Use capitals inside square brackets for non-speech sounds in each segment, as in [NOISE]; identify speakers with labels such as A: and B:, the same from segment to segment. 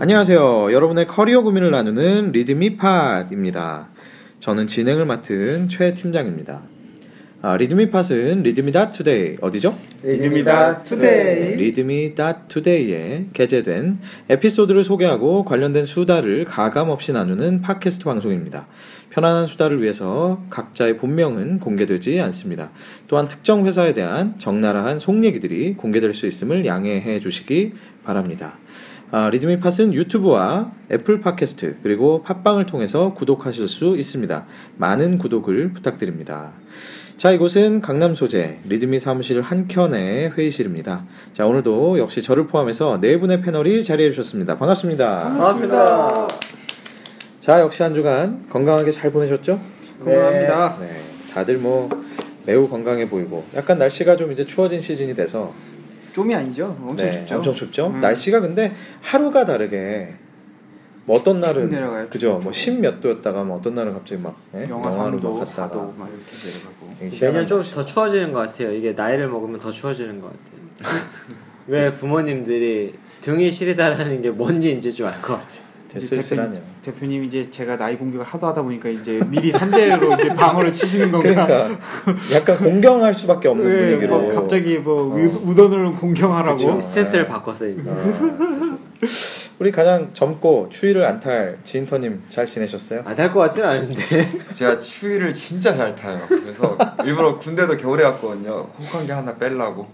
A: 안녕하세요. 여러분의 커리어 고민을 나누는 리드미팟입니다. 저는 진행을 맡은 최 팀장입니다. 아, 리드미팟은 리드미다 투데이 어디죠?
B: 리듬이다 투데이.
A: 리드미다 투데이에 게재된 에피소드를 소개하고 관련된 수다를 가감 없이 나누는 팟캐스트 방송입니다. 편안한 수다를 위해서 각자의 본명은 공개되지 않습니다. 또한 특정 회사에 대한 적나라한 속 얘기들이 공개될 수 있음을 양해해 주시기 바랍니다. 아, 리드미 팟은 유튜브와 애플 팟캐스트 그리고 팟빵을 통해서 구독하실 수 있습니다. 많은 구독을 부탁드립니다. 자, 이곳은 강남 소재 리드미 사무실 한켠의 회의실입니다. 자, 오늘도 역시 저를 포함해서 네 분의 패널이 자리해 주셨습니다. 반갑습니다.
B: 반갑습니다.
A: 자, 역시 한 주간 건강하게 잘 보내셨죠?
B: 건강합니다.
A: 네, 다들 뭐 매우 건강해 보이고 약간 날씨가 좀 이제 추워진 시즌이 돼서
B: 좀이 아니죠? 엄청
A: 네,
B: 춥죠?
A: 엄청 춥죠.
B: 음.
A: 날씨가 근데 하루가 다르게 뭐 어떤 날은
B: 쭉 내려가요,
A: 그죠?
B: 쭉.
A: 뭐십몇 도였다가 뭐 어떤 날은 갑자기 막 예?
B: 영하
A: 영하로
B: 3도,
A: 갔다가
B: 4도 막 이렇게 내려가고.
A: 되게 희한한
C: 매년 조금씩 더 추워지는 것 같아요. 이게 나이를 먹으면 더 추워지는 것 같아요. [LAUGHS] 왜 부모님들이 등이 시리다라는 게 뭔지 이제 좀 알 것 같아요.
B: 이제
A: 데슬슬하네요.
B: 대표님, 대표님 이제 제가 나이 공격을 하도 하다 보니까 이제 미리 산재로 이제 방어를 치시는 건가?
A: 그러니까 약간 공경할 수밖에 없는
B: 예,
A: 분위기로
B: 뭐 갑자기 뭐
A: 어.
B: 우- 우던을 공경하라고.
A: 그쵸.
C: 스탠스를 바꿨어요. 이제.
A: 아, 우리 가장 젊고 추위를 안 탈 지인터님 잘 지내셨어요?
C: 아, 안탈것 같진 않은데.
D: 제가 추위를 진짜 잘 타요. 그래서 일부러 군대도 겨울에 갔거든요. 호강기 하나 빼려고.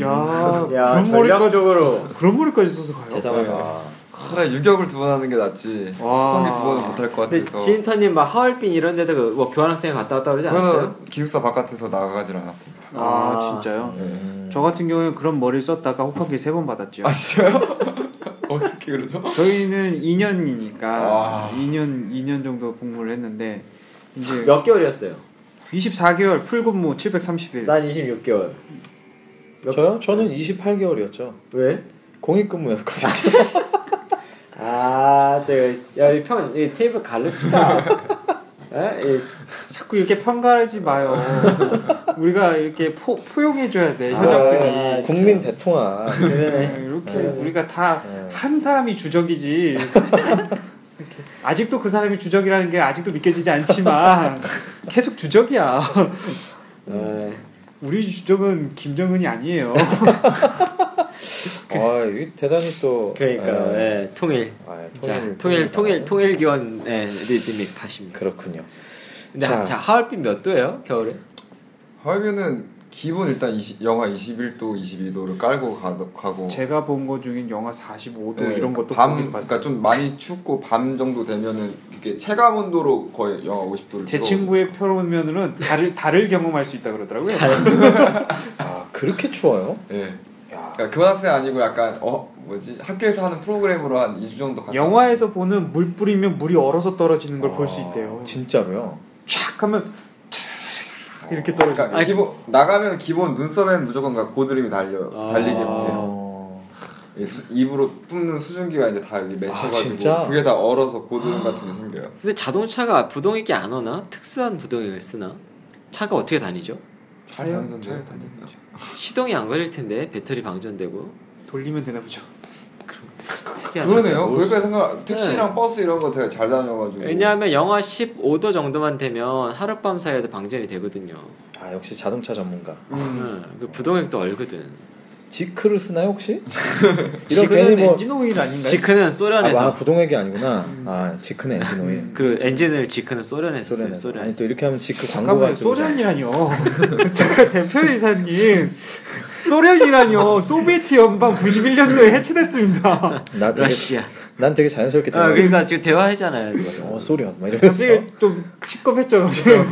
B: 야,
C: [LAUGHS]
A: [LAUGHS]
C: 야
B: 그런 머리까지
C: 전략적으로.
B: 그런 머리까지 써서 가요?
A: 음. 대단하다.
C: 아,
D: 차라리 유격을 두 번 하는 게 낫지.
B: 와.
D: 호강기 두 번은 못할 것
C: 근데
D: 같아서.
C: 지인터님 막 하얼빈 이런 데도 그뭐 교환학생 갔다 왔다 그러지 않았어요?
D: 그래서 기숙사 바깥에서 나가질 않았습니다.
B: 아,
C: 아.
B: 진짜요?
A: 음.
B: 저 같은 경우에 그런 머리를 썼다가 혹한기 세 번 받았죠.
D: 아 진짜요? 어떻게 [LAUGHS] 그러죠?
B: 저희는 2년이니까
D: 와.
B: 2년 2년 정도 복무를 했는데 이제
C: 몇 개월이었어요?
B: 24개월 풀근무 730일.
C: 난 26개월. 몇-
A: 저요? 저는 28개월이었죠.
C: 왜?
A: 공익근무였거든요.
C: 아, 제가 야, 이 편, 이 테이블
D: [LAUGHS]
C: 갈릅시다. 에? 이
B: 자꾸 이렇게 평가하지 마요.
D: [LAUGHS]
B: 우리가 이렇게 포, 포용해줘야 돼
D: 네.
B: 현역들이.
C: 아,
A: [LAUGHS] 국민
C: [LAUGHS]
A: 대통합.
C: 그러네.
B: 이렇게
C: 네.
B: 우리가 다
A: 네.
B: 한 사람이
D: [LAUGHS]
B: 주적이지. 이렇게. 아직도 그 사람이 주적이라는 게 아직도 믿겨지지
D: [LAUGHS]
B: 않지만 계속 주적이야.
C: 에.
B: 우리 주적은 김정은이 아니에요.
D: 네. 어.
A: 아, 이게 대단히 또
C: 그 그러니까
A: 예.
C: 예, 통일.
A: 아,
C: 자, 통일 통일 통일 기원 예, 리듬이 파십니다.
A: 그렇군요.
C: 근데
A: 자.
C: 자, 하얼빈 몇 도예요? 겨울에?
D: 하얼빈은 기본 일단 20, 영하 21도, 22도를 깔고 가, 가고.
B: 제가 본 거 중엔 영하 45도
D: 네,
B: 이런 것도
D: 밤
B: 보긴
D: 그러니까
B: 봤어요.
D: 좀 많이 춥고 밤 정도 되면은 이게 체감 온도로 거의 영하 50도를
B: 제 친구의 표현으로는 달을 달을 경험할 수 있다 그러더라고요.
A: 아, 그렇게 추워요?
D: 예.
A: 야.
D: 그러니까 교환학생 아니고 약간 어 뭐지 학교에서 하는 프로그램으로 한 2주 정도 갔다
B: 영화에서 보는 물 뿌리면 물이 얼어서 떨어지는 걸 볼 수
A: 아,
B: 있대요.
A: 진짜로요?
B: 촥 하면 이렇게 떨어지는
D: 그러니까 기본 나가면 기본 눈썹에는 무조건 가- 고드름이 달려
C: 아.
D: 달리게 돼요.
A: 어.
D: 이 수- 입으로 뿜는 수증기가 이제 다 여기 맺혀가지고
A: 진짜?
D: 그게 다 얼어서 고드름 같은 게 생겨요.
C: 근데 자동차가 부동액이 안 오나? 특수한 부동액을 쓰나? 차가 어떻게 다니죠?
D: 잘 다니던데.
B: 잘 다니는 거죠.
C: 시동이 안 걸릴 텐데 배터리 방전되고.
B: 돌리면 되나 보죠.
C: 특이하죠.
D: 그러네요.
A: 뭐-
D: 그러니까 생각 택시랑 버스 이런 거 되게 잘 다녀가지고.
C: 왜냐하면 영하 15도 정도만 되면 하룻밤 사이에도 방전이 되거든요.
A: 아, 역시 자동차 전문가.
B: 음.
D: 음.
C: 응, 그 부동액도 얼거든.
A: 지크를 쓰나요,
B: [LAUGHS]
A: 혹시? 이런
B: 지금은
A: 괜히 뭐
B: 엔진 오일
D: 네.
B: 아닌가요?
C: 지크는
A: 아,
C: 소련에서
A: 아, 부동액이 아니구나.
B: 음.
A: 아, 지크는 엔진 오일. 그
C: 그 엔진을 지크는 소련에서 써요,
A: 소련에서.
C: 소련에서.
A: 아니 또 이렇게 하면 지크 광고가
B: 잠깐만요.
A: 좀
B: 소련이라뇨. [LAUGHS] 잠깐 대표이사님. 소련이라뇨. 소비에트 연방 91년도에 해체됐습니다.
A: 나 되게
C: 러시아.
A: 난 되게 자연스럽게
C: 아,
A: 들어.
C: 그러니까 지금 대화하잖아요. [LAUGHS] 지금.
A: 어, 소련 막 이러면서.
B: 갑자기 좀 시겁했죠. 지금.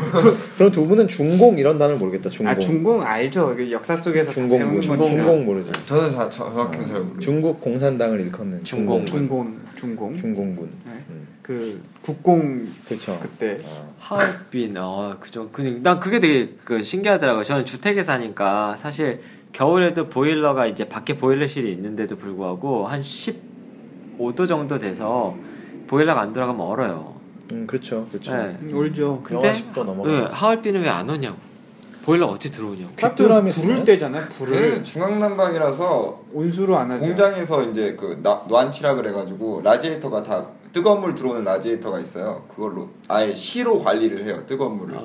A: 그럼 두 분은 중공 이런 단어 모르겠다. 중공.
B: [LAUGHS] 아 중공 알죠. 그 역사 속에서 다
A: 중공
B: 배우는
A: 모르-
B: 거니까.
A: 중공 모르지.
D: 저는 자, 정확히는 잘 모르고.
A: 중국 공산당을 일컫는
C: 중공.
B: 중공 중공
A: 중공군.
B: 네.
A: 음,
B: 그 국공
A: 그렇죠.
B: 그때
A: 어.
C: 하얼빈, 어, 그죠. 근데 난 그게 되게 그 신기하더라고요. 저는 주택에 사니까 사실 겨울에도 보일러가 이제 밖에 보일러실이 있는데도 불구하고 한 15도 정도 돼서 보일러가 안 들어가면 얼어요.
A: 음, 그렇죠, 그렇죠.
C: 네.
B: 음, 울죠.
C: 근데
A: 영하 10도 넘어가.
C: 네, 하얼빈은 왜 안 오냐고. 보일러 어찌 들어오냐고.
A: 귓두람이 쓰나요?
B: 불을 떼잖아요. 불을
D: 얘는 중앙난방이라서
B: 온수로 안 하죠.
D: 공장에서 이제 그 나, 노안치라 그래가지고 라지에이터가 다 뜨거운 물 들어오는 라지에이터가 있어요. 그걸로 아예 시로 관리를 해요. 뜨거운 물을.
C: 아,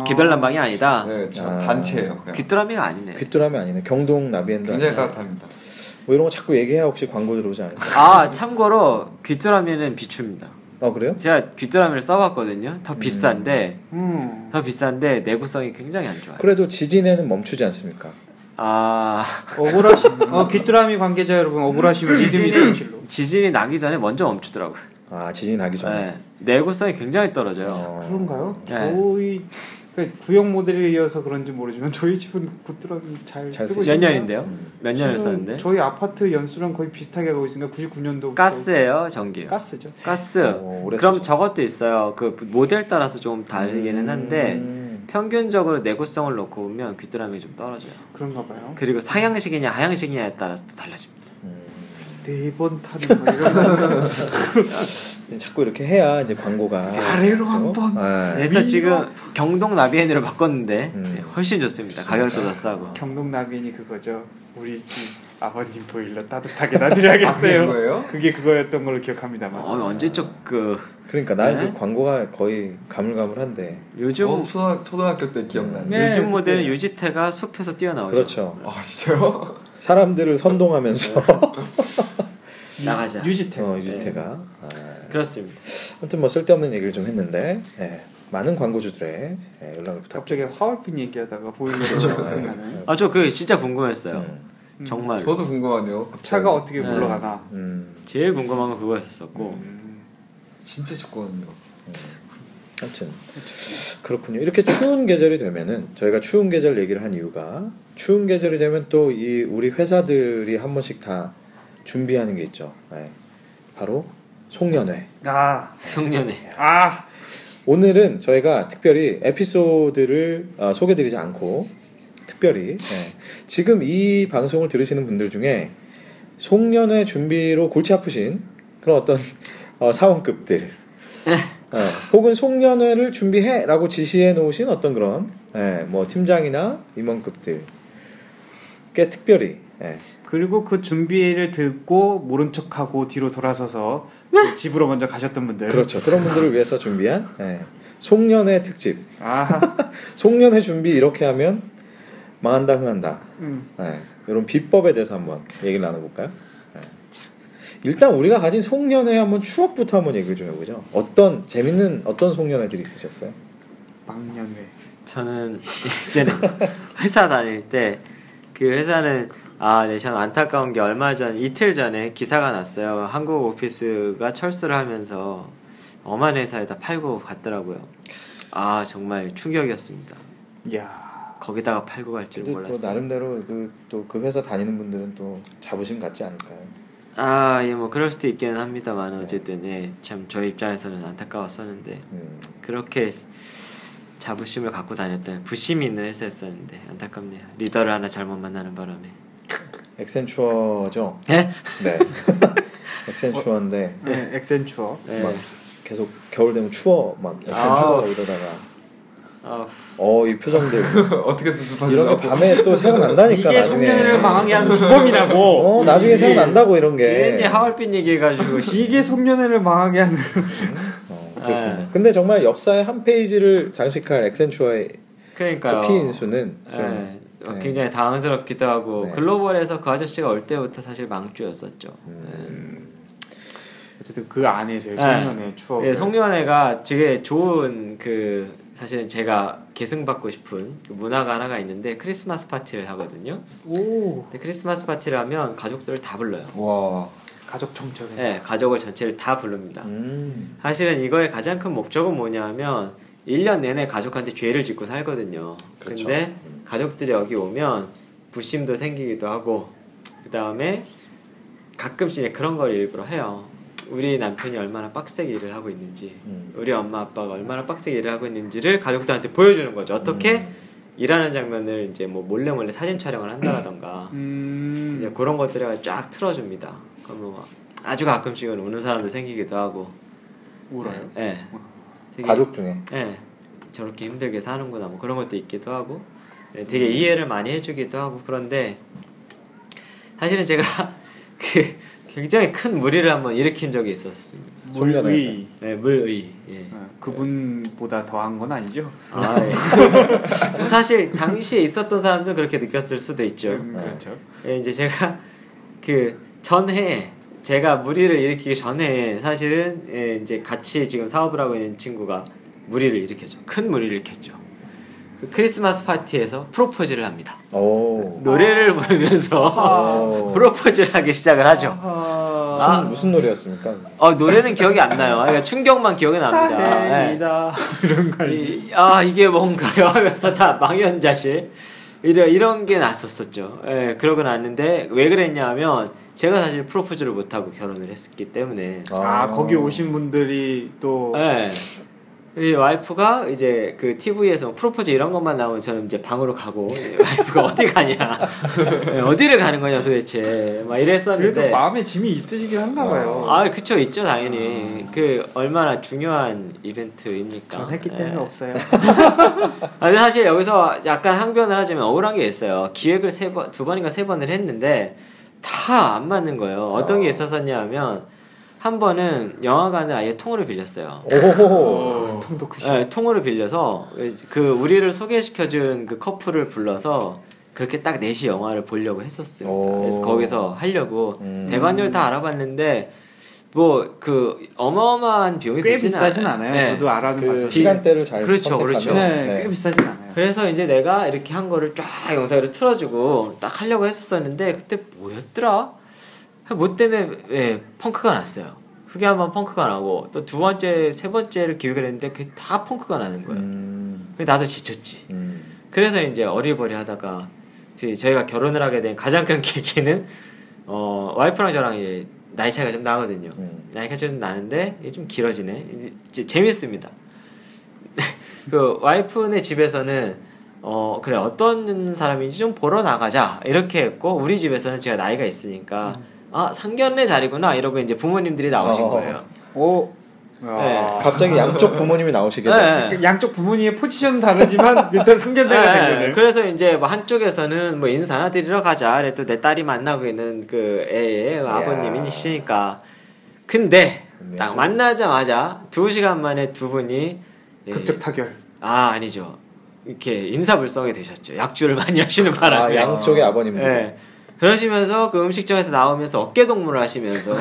B: 아.
C: 개별 난방이 아니다.
D: 네, 저
A: 아.
D: 단체예요. 그냥
C: 귀뚜라미가 아니네.
A: 귓두람이 아니네. 경동 나비엔드
D: 굉장히
A: 아니야.
D: 따뜻합니다.
A: 뭐 이런 거 자꾸 얘기해야 혹시 광고 들어오지 않을까?
C: 아 참고로 귀뚜라미는 비추입니다.
A: 아 그래요?
C: 제가 귀뚜라미를 써봤거든요. 더
A: 음.
C: 비싼데
B: 음.
C: 더 비싼데 내구성이 굉장히 안 좋아요.
A: 그래도 지진에는 멈추지 않습니까?
C: 아
B: 억울하신 [LAUGHS] 어, 귀뚜라미 관계자 여러분 억울하시면 믿음이 사실로.
C: 지진이 나기 전에 먼저 멈추더라고요.
A: 아 지진 나기 전에.
C: 네, 내구성이 굉장히 떨어져요.
A: 어.
B: 그런가요?
C: 네.
B: 저희 그러니까 구형 모델에 이어서 그런지 모르지만 저희 집은 귀뚜라미 잘,
A: 잘
B: 쓰고
A: 쓰시죠.
C: 몇
B: 있어요.
C: 년인데요?
A: 음.
C: 몇 년을
B: 저는
C: 썼는데?
B: 저희 아파트 연수랑 거의 비슷하게 하고 있으니까 99년도 뭐
C: 가스예요, 전기요.
B: 가스죠.
C: 가스.
A: 어, 오래
C: 네. 그럼
A: 쓰죠.
C: 저것도 있어요. 그 모델 따라서 좀 다르기는 한데
A: 음.
C: 평균적으로 내구성을 놓고 보면 귀뚜라미 좀 떨어져요.
B: 그런가 봐요.
C: 그리고 상향식이냐 하향식이냐에 따라서 또 달라집니다.
A: 음.
B: 네 번 타는 거 [LAUGHS] 이런 거.
A: 자꾸 이렇게 해야 이제 광고가
B: 네. 아래로 한 번.
A: 아,
C: 그래서 지금 경동 나비엔으로 바꿨는데
A: 음.
C: 네, 훨씬 좋습니다. 가격도 더 싸고.
B: 경동 나비니 그거죠. 우리 집 아버님 보일러 따뜻하게
D: 아,
B: 놔드려야겠어요.
D: 거예요?
B: 아, 그게 그거였던 걸로 기억합니다만.
C: 어, 언제적 그
A: 그러니까 나의
C: 네?
A: 그 광고가 거의 가물가물한데.
C: 요즘
D: 어, 초등, 초등학교 때 기억나네.
B: 네,
C: 요즘 모델은
B: 그때.
C: 유지태가 숲에서 뛰어나오죠.
B: 네.
A: 그렇죠.
D: 아 진짜요?
A: 사람들을 선동하면서
C: 나가자.
A: [LAUGHS]
B: 유지태. 네.
A: 어, 유지태가.
C: 네.
A: 아.
C: 그렇습니다.
A: 아무튼 뭐 쓸데없는 얘기를 좀 했는데 예, 많은 광고주들의 예, 연락을 부탁드립니다.
B: 갑자기 화얼빈 얘기하다가 보일러로
A: 예,
B: 나가네.
A: 예.
C: 아 저 그게 진짜 궁금했어요.
A: 음,
C: 정말.
D: 저도 궁금하네요.
B: 아,
D: 갑자기.
B: 예. 차가 어떻게
C: 네.
B: 물러가나.
A: 음,
C: 제일 궁금한 건
A: 뭐.
C: 그거였었고
B: 음.
D: 진짜 죽거든요. [LAUGHS]
A: 아무튼 그렇군요. 이렇게 추운 계절이 되면은 저희가 추운 계절 얘기를 한 이유가 추운 계절이 되면 또 이 우리 회사들이 한 번씩 다 준비하는 게 있죠. 예, 바로 송년회.
B: 아,
C: 송년회
B: 아,
A: 오늘은 저희가 특별히 에피소드를 어, 소개드리지 않고 특별히 예, 지금 이 방송을 들으시는 분들 중에 송년회 준비로 골치 아프신 그런 어떤 어, 사원급들 어, 혹은 송년회를 준비해라고 지시해 놓으신 어떤 그런 예, 뭐 팀장이나 임원급들께 특별히 예,
B: 그리고 그 준비를 듣고 모른 척하고 뒤로 돌아서서 그
C: 음.
B: 집으로 먼저 가셨던 분들.
A: 그렇죠 그런 분들을 위해서 준비한 예, 송년회 특집
B: 아,
A: 송년회 준비 이렇게 하면 망한다 흥한다
B: 음.
A: 네, 이런 비법에 대해서 한번 얘기를 나눠볼까요? 네. 일단 우리가 가진 송년회 한번 추억부터 한번 얘기를 좀 해보죠. 어떤 재밌는 어떤 송년회들이 있으셨어요?
B: 망년회.
C: 저는 이제는 회사 다닐 때 그 회사는 아, 네, 저는 안타까운 게 얼마 전 이틀 전에 기사가 났어요. 한국 오피스가 철수를 하면서 엄한 회사에다 팔고 갔더라고요. 아, 정말 충격이었습니다.
B: 야,
C: 거기다가 팔고 갈 줄
A: 근데 또
C: 몰랐어요.
A: 나름대로 그 또 그 회사 다니는 분들은 또 자부심 갖지 않을까요?
C: 아, 예, 뭐 그럴 수도 있기는 합니다만 어쨌든 예, 참 저희 입장에서는 안타까웠었는데
A: 음,
C: 그렇게 자부심을 갖고 다녔던 부심이 있는 회사였었는데 안타깝네요. 리더를 하나 잘못 만나는 바람에.
A: 엑센추어죠?
C: 네?
A: 네. 엑센추어인데
B: 네, 엑센추어.
C: 네.
A: 막 계속 겨울 되면 추워 막 엑센추어
C: 아우.
A: 이러다가
C: 아,
A: 어 이 표정들
D: [LAUGHS] 어떻게 수습하냐?
A: 이런 게 밤에 또 생각난다니까
B: 이게
A: 그러니까 나중에.
B: 송년회를 망하게 하는
A: [LAUGHS]
B: 주범이라고.
A: 어 나중에 생각난다고 이런 게.
C: 괜히
A: [LAUGHS]
C: 하얼빈 얘기해가지고 씨.
B: 이게 송년회를 망하게 하는.
A: 어,
C: 네.
A: 그렇군요. 근데 정말 역사의 한 페이지를 장식할 엑센추어의
C: 그러니까요.
A: 토피 인수는 좀
C: 예, 어,
A: 네.
C: 굉장히 당황스럽기도 하고
A: 네.
C: 글로벌에서 그 아저씨가 올 때부터 사실 망주였었죠. 예.
A: 음,
B: 어쨌든 그 안에서의
C: 네.
B: 송년회
C: 예.
B: 추억.
C: 예, 송년회가 되게 좋은 그 사실은 제가 계승받고 싶은 그 문화가 하나가 있는데 크리스마스 파티를 하거든요.
B: 오,
C: 근데 크리스마스 파티를 하면 가족들을 다 불러요.
D: 와
B: 가족 청첩에서.
C: 예, 가족을 전체를 다 부릅니다.
A: 음.
C: 사실은 이거의 가장 큰 목적은 뭐냐면 1년 내내 가족한테 죄를 짓고 살거든요.
A: 그렇죠.
C: 근데 가족들이 여기 오면 부심도 생기기도 하고 그다음에 가끔씩 이제 그런 걸 일부러 해요. 우리 남편이 얼마나 빡세게 일을 하고 있는지
A: 음.
C: 우리 엄마 아빠가 얼마나 빡세게 일을 하고 있는지를 가족들한테 보여주는 거죠. 어떻게
A: 음.
C: 일하는 장면을 이제 뭐 몰래 몰래 사진 촬영을 한다라던가
B: 음.
C: 이제 그런 것들을 쫙 틀어줍니다. 그러면 막 아주 가끔씩은 우는 사람도 생기기도 하고
B: 울어요.
C: 예. 되게-
A: 가족 중에
C: 예. 저렇게 힘들게 사는구나 뭐 그런 것도 있기도 하고 네, 되게 이해를 많이 해주기도 하고 그런데 사실은 제가 [LAUGHS] 그 굉장히 큰 무리를 한번 일으킨 적이 있었습니다.
A: 훈련해서.
B: 물의
C: 네, 물의. 예.
B: 아, 뭐 그분보다 더한 건 아니죠?
C: 아, 예. 뭐 [LAUGHS] 사실 당시에 있었던 사람들은 그렇게 느꼈을 수도 있죠.
B: 음, 그렇죠.
C: 예, 이제 제가 [LAUGHS] 그 전에 제가 무리를 일으키기 전에 사실은 예, 이제 같이 지금 사업을 하고 있는 친구가 무리를 일으켰죠. 큰 무리를 일으켰죠. 그 크리스마스 파티에서 프로포즈를 합니다.
A: 오.
C: 노래를 아, 부르면서
A: 오.
C: [LAUGHS] 프로포즈를 하기 시작을 하죠.
B: 아하.
A: 무슨
C: 아.
A: 무슨 노래였습니까?
C: 어, 노래는 기억이 안 나요. 그러니까 충격만 기억이 납니다. 예.
B: 다행이다. 이런 거 아니에요?
C: 이- 아 이게 뭔가요 [LAUGHS] 하면서 다 망연자실 이런 이런 게 났었었죠. 예, 그러고 났는데 왜 그랬냐면 제가 사실 프로포즈를 못 하고 결혼을 했었기 때문에
B: 아, 거기 오신 분들이 또
C: 예. 이 와이프가 이제 그 TV에서 프로포즈 이런 것만 나오면 저는 이제 방으로 가고 이 와이프가 [LAUGHS] 어디 가냐 예, 어디를 가는 거냐 도대체 막 이랬었는데
B: 그래도 마음에 짐이 있으시긴 한가 봐요.
C: 네. 아 그쵸 있죠
B: 음.
C: 당연히 그 얼마나 중요한 이벤트입니까?
B: 전 했기 때문에
C: 예.
B: 없어요.
C: 아니 사실 여기서 약간 항변을 하자면 억울한 게 있어요. 기획을 세 번, 두 번인가 세 번을 했는데 다 안 맞는 거예요. 어떤
B: 아.
C: 게
D: 어.
C: 있었었냐면 한 번은 영화관을 아예 통으로 빌렸어요.
A: 오호호.
B: 통도 크시.
C: 예, 통으로 빌려서 그 우리를 소개시켜준 그 커플을 불러서 그렇게 딱 넷이 영화를 보려고 했었습니다.
A: 오.
C: 그래서 거기서 하려고
A: 음.
C: 대관료를 다 알아봤는데 뭐 그 어마어마한 비용이
B: 꽤
C: 들진
B: 비싸진
C: 않아요.
B: 않아요.
C: 예.
B: 저도 알아는
A: 그
B: 봤어요.
A: 시간대를 잘
C: 그렇죠,
A: 선택하면
C: 그렇죠.
B: 네, 꽤 비싸진 않아요.
C: 그래서 이제 내가 이렇게 한 거를 쫙 영상으로 틀어주고 딱 하려고 했었었는데 그때 뭐였더라? 뭐 때문에 예, 펑크가 났어요. 그게 한 번 펑크가 나고 또 두 번째, 세 번째를 기획을 했는데 그게 다 펑크가 나는 거예요.
A: 음.
C: 그래서 나도 지쳤지.
A: 음.
C: 그래서 이제 어리버리 하다가 이제 저희가 결혼을 하게 된 가장 큰 [LAUGHS] 계기는 어, 와이프랑 저랑 이제 나이 차이가 좀 나거든요.
A: 음.
C: 나이가 좀 나는데 이게 좀 길어지네. 이제 재밌습니다. [LAUGHS] 그 와이프네 집에서는 어 그래 어떤 사람인지 좀 보러 나가자 이렇게 했고 우리 집에서는 제가 나이가 있으니까 아 상견례 자리구나 이러고 이제 부모님들이 나오신
A: 어.
C: 거예요.
B: 오.
C: 네.
B: 아.
A: 갑자기 양쪽 부모님이 나오시게
C: 네.
A: 되고.
B: 그 양쪽 부모님의 포지션은 다르지만 일단 상견례가
C: 예,
B: 된 거네요.
C: 그래서 이제 뭐 한쪽에서는 뭐 인사나 드리러 가자. 그래도 내 딸이 만나고 있는 그 애의 아버님이시니까. 근데
A: 근데
C: 딱
A: 좀-
C: 만나자마자 두 시간 만에 두 분이 예,
B: 극적 타결.
C: 아 아니죠. 이렇게 인사불성이 되셨죠. 약주를 [LAUGHS] 많이 하시는
A: 아,
C: 바람에.
A: 양쪽의 아버님들.
C: 예. 그러시면서 그 음식점에서 나오면서 어깨 동무를
A: [LAUGHS]
C: 하시면서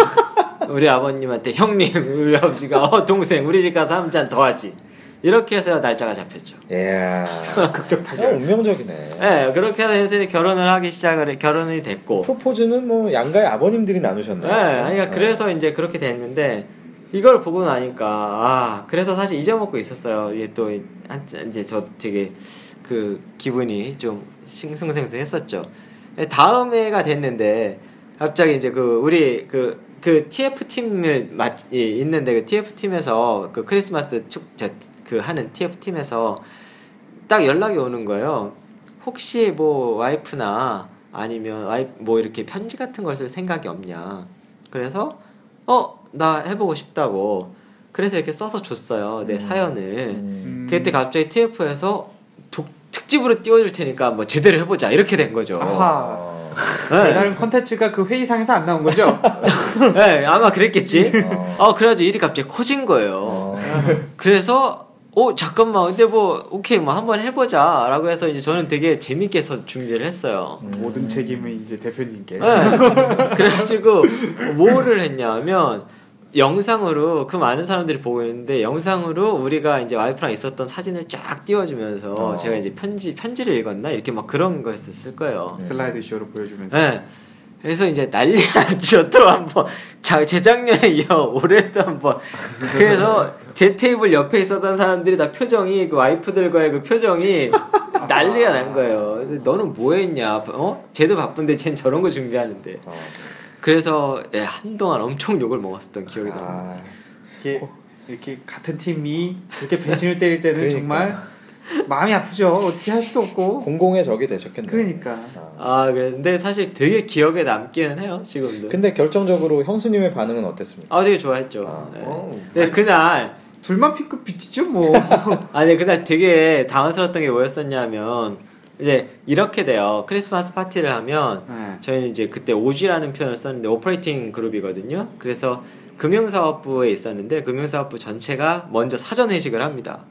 C: 우리 아버님한테 형님, 우리 아버지가 어, 동생, 우리 집 가서 한 잔 더 하지. 이렇게 해서 날짜가 잡혔죠.
A: 예.
C: [LAUGHS]
B: 극적
A: 야,
B: 타결.
A: 운명적이네.
C: 예, 그렇게 해서 이제 결혼을 하기 시작을 결혼이 됐고.
A: 프로포즈는 뭐 양가의 아버님들이
C: 예,
A: 나누셨나요?
C: 그러니까
A: 어.
C: 그래서 이제 그렇게 됐는데 이걸 보고 나니까 아, 그래서 사실 잊어먹고 있었어요. 이게 또 이- 한- 이제 저 되게 그 기분이 좀 싱숭생숭했었죠. 예, 다음 해가 됐는데 갑자기 이제 그 우리 그 그 TF 팀을 마, 예, 있는데 그 TF 팀에서 그 크리스마스 축그 하는 TF 팀에서 딱 연락이 오는 거예요. 혹시 뭐 와이프나 아니면 와이 뭐 이렇게 편지 같은 걸 쓸 생각이 없냐. 그래서 어 나 해보고 싶다고. 그래서 이렇게 써서 줬어요 내
A: 음.
C: 사연을.
A: 음.
C: 네. 그때 갑자기 TF에서 독, 특집으로 띄워줄 테니까 뭐 제대로 해보자 이렇게 된 거죠.
B: 아하.
A: 어.
C: 네.
B: 다른 컨텐츠가 그 회의상에서 안 나온 거죠?
C: [LAUGHS] 네, 아마 그랬겠지.
A: 어.
C: 어 그래가지고 일이 갑자기 커진 거예요.
A: 어.
C: [LAUGHS] 그래서 어 잠깐만 근데 뭐 오케이 뭐 한번 해보자라고 해서 이제 저는 되게 재밌게 해서 준비를 했어요.
A: 음.
B: 모든 책임은 이제 대표님께.
C: 네. 그래가지고 뭐를 했냐면 영상으로 그 많은 사람들이 보고 있는데 영상으로 우리가 이제 와이프랑 있었던 사진을 쫙 띄워주면서
A: 어.
C: 제가 이제 편지 편지를 읽었나 이렇게 막 그런 거였을 거예요.
B: 슬라이드 쇼로 보여주면서.
C: 네. 그래서 이제 난리 났죠. 또 한번 자- 재작년에 이어 올해도 한번 그래서 제 테이블 옆에 있었던 사람들이 다 표정이 그 와이프들과의 그 표정이 난리가 난 거예요. 너는 뭐 했냐? 어? 쟤도 바쁜데 쟨 저런 거 준비하는데.
A: 어.
C: 그래서 예, 한동안 엄청 욕을 먹었었던 기억이 납니다.
A: 아.
B: 이렇게, 이렇게 같은 팀이 그렇게 배신을 때릴 때는
A: 그러니까.
B: 정말 마음이 아프죠. 어떻게 할 수도 없고.
A: 공공의 적이 되셨겠네요.
B: 그러니까.
A: 아.
C: 아, 근데 사실 되게 기억에 남기는 해요, 지금도.
A: 근데 결정적으로 형수님의 반응은 어땠습니까?
C: 아, 되게 좋아했죠.
A: 아,
C: 네.
B: 어,
C: 네, 그날
B: 둘만 핑크 빛이죠 뭐.
A: 네.
C: 아니 그날 되게 당황스러웠던 게 뭐였었냐면 이제 이렇게 돼요. 크리스마스 파티를 하면
B: 네.
C: 저희는 이제 그때 오지라는 표현을 썼는데 오퍼레이팅 그룹이거든요. 그래서 금융사업부에 있었는데 금융사업부 전체가 먼저 사전 회식을 합니다.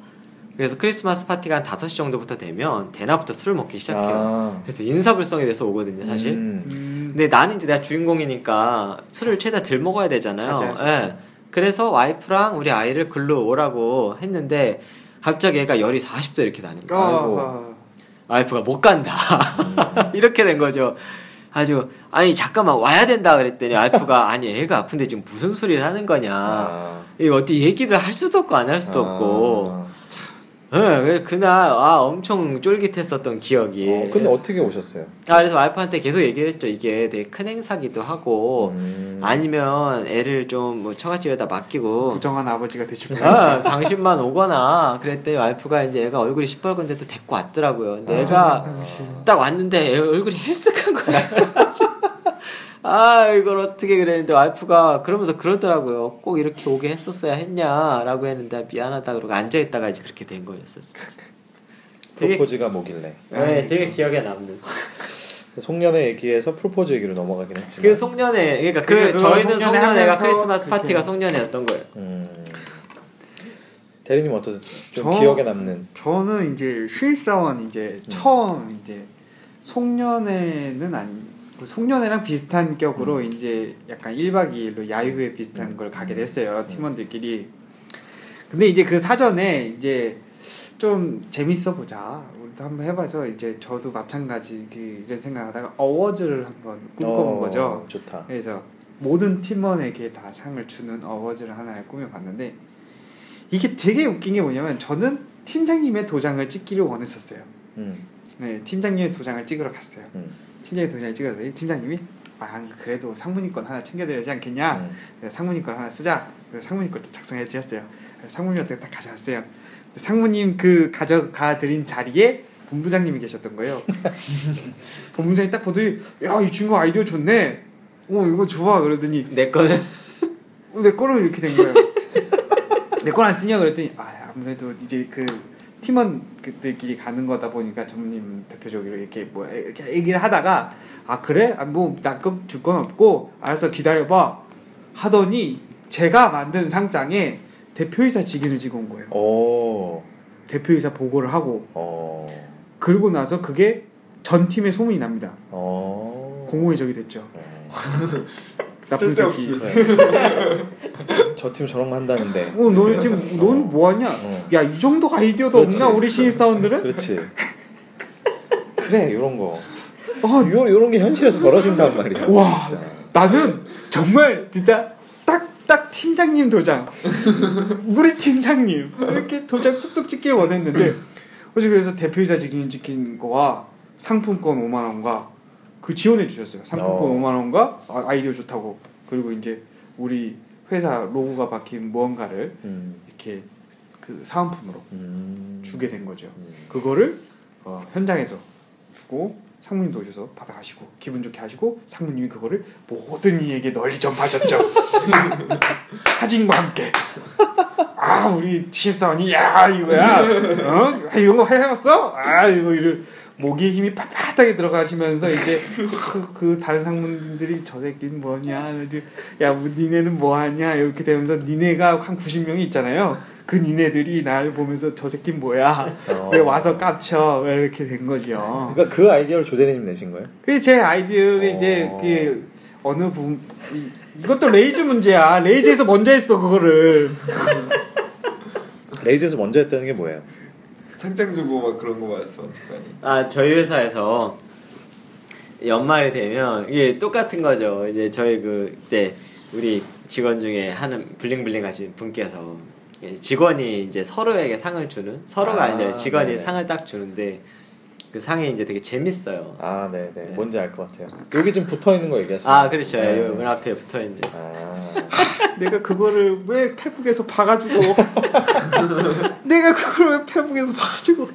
C: 그래서 크리스마스 파티가 한 5시 정도부터 되면 대낮부터 술을 먹기 시작해요.
A: 아,
C: 그래서 인사불성이 돼서 오거든요, 사실.
A: 음.
B: 음.
C: 근데 나는 이제 내가 주인공이니까 술을 최대한 덜 먹어야 되잖아요.
B: 자제하죠.
C: 예. 그래서 와이프랑 우리 아이를 글로 오라고 했는데 갑자기 얘가 열이 40도 이렇게 나는
B: 어,
C: 거예요.
A: 아이고.
B: 어.
C: 와이프가 못 간다. [LAUGHS] 이렇게 된 거죠. 아주 아니 잠깐만 와야 된다 그랬더니 와이프가 [LAUGHS] 아니 애가 아픈데 지금 무슨 소리를 하는 거냐.
A: 아.
C: 이거 어떻게 얘기를 할 수도 없고 안 할 수도 없고.
A: 아.
C: 예, 그래서 그날 아 엄청 쫄깃했었던 기억이.
A: 어, 근데 어떻게 오셨어요?
C: 아, 그래서 와이프한테 계속 얘기를 했죠. 이게 되게 큰 행사기도 하고
A: 음.
C: 어, 아니면 애를 좀뭐 처갓집에다 맡기고
B: 부정한 아버지가 되실 분.
C: 아, 당신만 오거나 그랬더니 와이프가 이제 애가 얼굴이 시뻘건데 또 데리고 왔더라고요.
B: 아.
C: 근데 애가 딱 왔는데 애 얼굴이 헬쓱한 거야. [LAUGHS] 그래가지고 아 이걸 어떻게 그랬는데 와이프가 그러면서 그러더라고요. 꼭 이렇게 오게 했었어야 했냐라고 했는데 미안하다 그러고 앉아 있다가 이제 그렇게 된 거였었어.
A: 그
C: 되게
A: 프로포즈가 뭐길래
C: 네, 되게 기억에 남는.
A: 송년회 얘기에서 프로포즈 얘기로 넘어가긴 했지만
C: 그 송년회 그러니까 그
B: 그게 그걸
C: 저희는
B: 송년회
C: 송년회가
B: 하면서
C: 크리스마스
B: 그렇게
C: 파티가 송년회였던 거예요.
A: 음. 대리님 어떠세요? 좀
B: 저-
A: 기억에 남는
B: 저는 이제 신입사원 이제
A: 네.
B: 처음 이제 송년회는 아니고 그 송년회랑 비슷한 격으로 이제 약간 1박 2일로 야유회 비슷한
A: 음.
B: 걸 가게 됐어요. 팀원들끼리. 근데 이제 그 사전에 이제 좀 재밌어 보자. 우리도 한번 해봐서 이제 저도 마찬가지 그 이런 생각하다가 어워즈를 한번 꿈꿔본
A: 어,
B: 거죠.
A: 좋다
B: 그래서 모든 팀원에게 다 상을 주는 어워즈를 하나 꾸며봤는데 이게 되게 웃긴 게 뭐냐면 저는 팀장님의 도장을 찍기를 원했었어요.
A: 음,
B: 네, 팀장님의 도장을 찍으러 갔어요.
A: 음,
B: 팀장님 도장을 찍었더니 팀장님이 아 그래도 상무님권 하나 챙겨드려야지 않겠냐?
A: 음.
B: 그래서 상무님권 하나 쓰자. 그래서 상무님권 또 작성해 드렸어요. 그래서 상무님한테 딱 가져왔어요. 근데 상무님 그 가져가 드린 자리에 본부장님이 계셨던 거예요. [LAUGHS] 본부장이 딱 보더니 야 이 친구 아이디어 좋네. 어 이거 좋아 그러더니
C: 내 거는
B: 어, 내 거로 이렇게 된 거예요. 내 걸 안 쓰냐 그랬더니 아 아무래도 이제 그 팀원 그들끼리 가는 거다 보니까 전무님 대표적으로 이렇게 뭐 애- 이렇게 얘기를 하다가 아 그래 뭐나거줄건 없고 알았어 기다려봐 하더니 제가 만든 상장에 대표이사 직인을 찍어온 거예요.
A: 오,
B: 대표이사 보고를 하고
A: 어,
B: 그러고 나서 그게 전 팀에 소문이 납니다.
A: 어.
B: 공호의 적이 됐죠.
A: 네.
B: 나쁜
D: 쓸데없이.
B: 새끼.
A: 네. 저팀 저런 거 한다는데
B: 어 너네 지금 너는 뭐하냐?
A: 어.
B: 야 이 정도 아이디어도
A: 그렇지.
B: 없나 우리 신입 사원들은?
A: 그렇지 그래 요런 거
B: 아,
A: 요, 요런 게 현실에서 벌어진단 말이야
B: 와.
A: 진짜.
B: 나는 정말 진짜 딱 딱 팀장님 도장 우리 팀장님 이렇게 도장 뚝뚝 찍길 원했는데 어제 그래서 대표이사 직인 찍힌 거와 상품권 5만 원과 그 지원해 주셨어요 상품권
A: 어.
B: 5만 원과 아, 아이디어 좋다고 그리고 이제 우리 회사 로고가 박힌 무언가를
A: 음,
B: 이렇게 그 사은품으로
A: 음.
B: 주게 된 거죠
A: 음.
B: 그거를 어, 현장에서 주고 상무님도 오셔서 받아가시고 기분 좋게 하시고 상무님이 그거를 모든 이에게 널리 전파하셨죠 [LAUGHS] 사진과 함께 아 우리 신입사원이 야 이거야 어? 아, 이런 거 해봤어? 아 이거 이를 목에 힘이 빳빳하게 들어가시면서 이제 그, 그 다른 상무님들이 저 새끼는 뭐냐 야 뭐, 니네는 뭐하냐 이렇게 되면서 니네가 한 90명이 있잖아요 그 니네들이 날 보면서 저 새끼는 뭐야
A: 어.
B: 왜 와서 깝쳐 왜 이렇게 된 거죠.
A: 그러니까 그 아이디어를 조대리님 내신 거예요?
B: 그게 제 아이디어를
A: 어.
B: 이제 그 어느 분 이- 이것도 레이즈 문제야. 레이즈에서 먼저 했어 그거를.
A: 레이즈에서 먼저 했다는 게 뭐예요?
D: 상장 주고 막 그런 거 말했어 잠깐이.
C: 아 저희 회사에서 연말이 되면 이게 똑같은 거죠. 이제 저희 그때 네, 우리 직원 중에 하는 블링블링 하신 분께서 이제 직원이 이제 서로에게 상을 주는 서로가
A: 아,
C: 이제 직원이
A: 네네.
C: 상을 딱 주는데 그 상이 이제 되게 재밌어요.
A: 아, 네, 네.
C: 네.
A: 뭔지 알 것 같아요. 여기 지금 붙어 있는 거 얘기하시는
C: 아 그렇죠.
A: 네,
C: 요
A: 네.
C: 문 앞에 붙어 있는.
A: 아,
B: 내가 그거를 왜 페북에서 [LAUGHS] 봐가지고 내가 그걸 왜 페북에서 봐가지고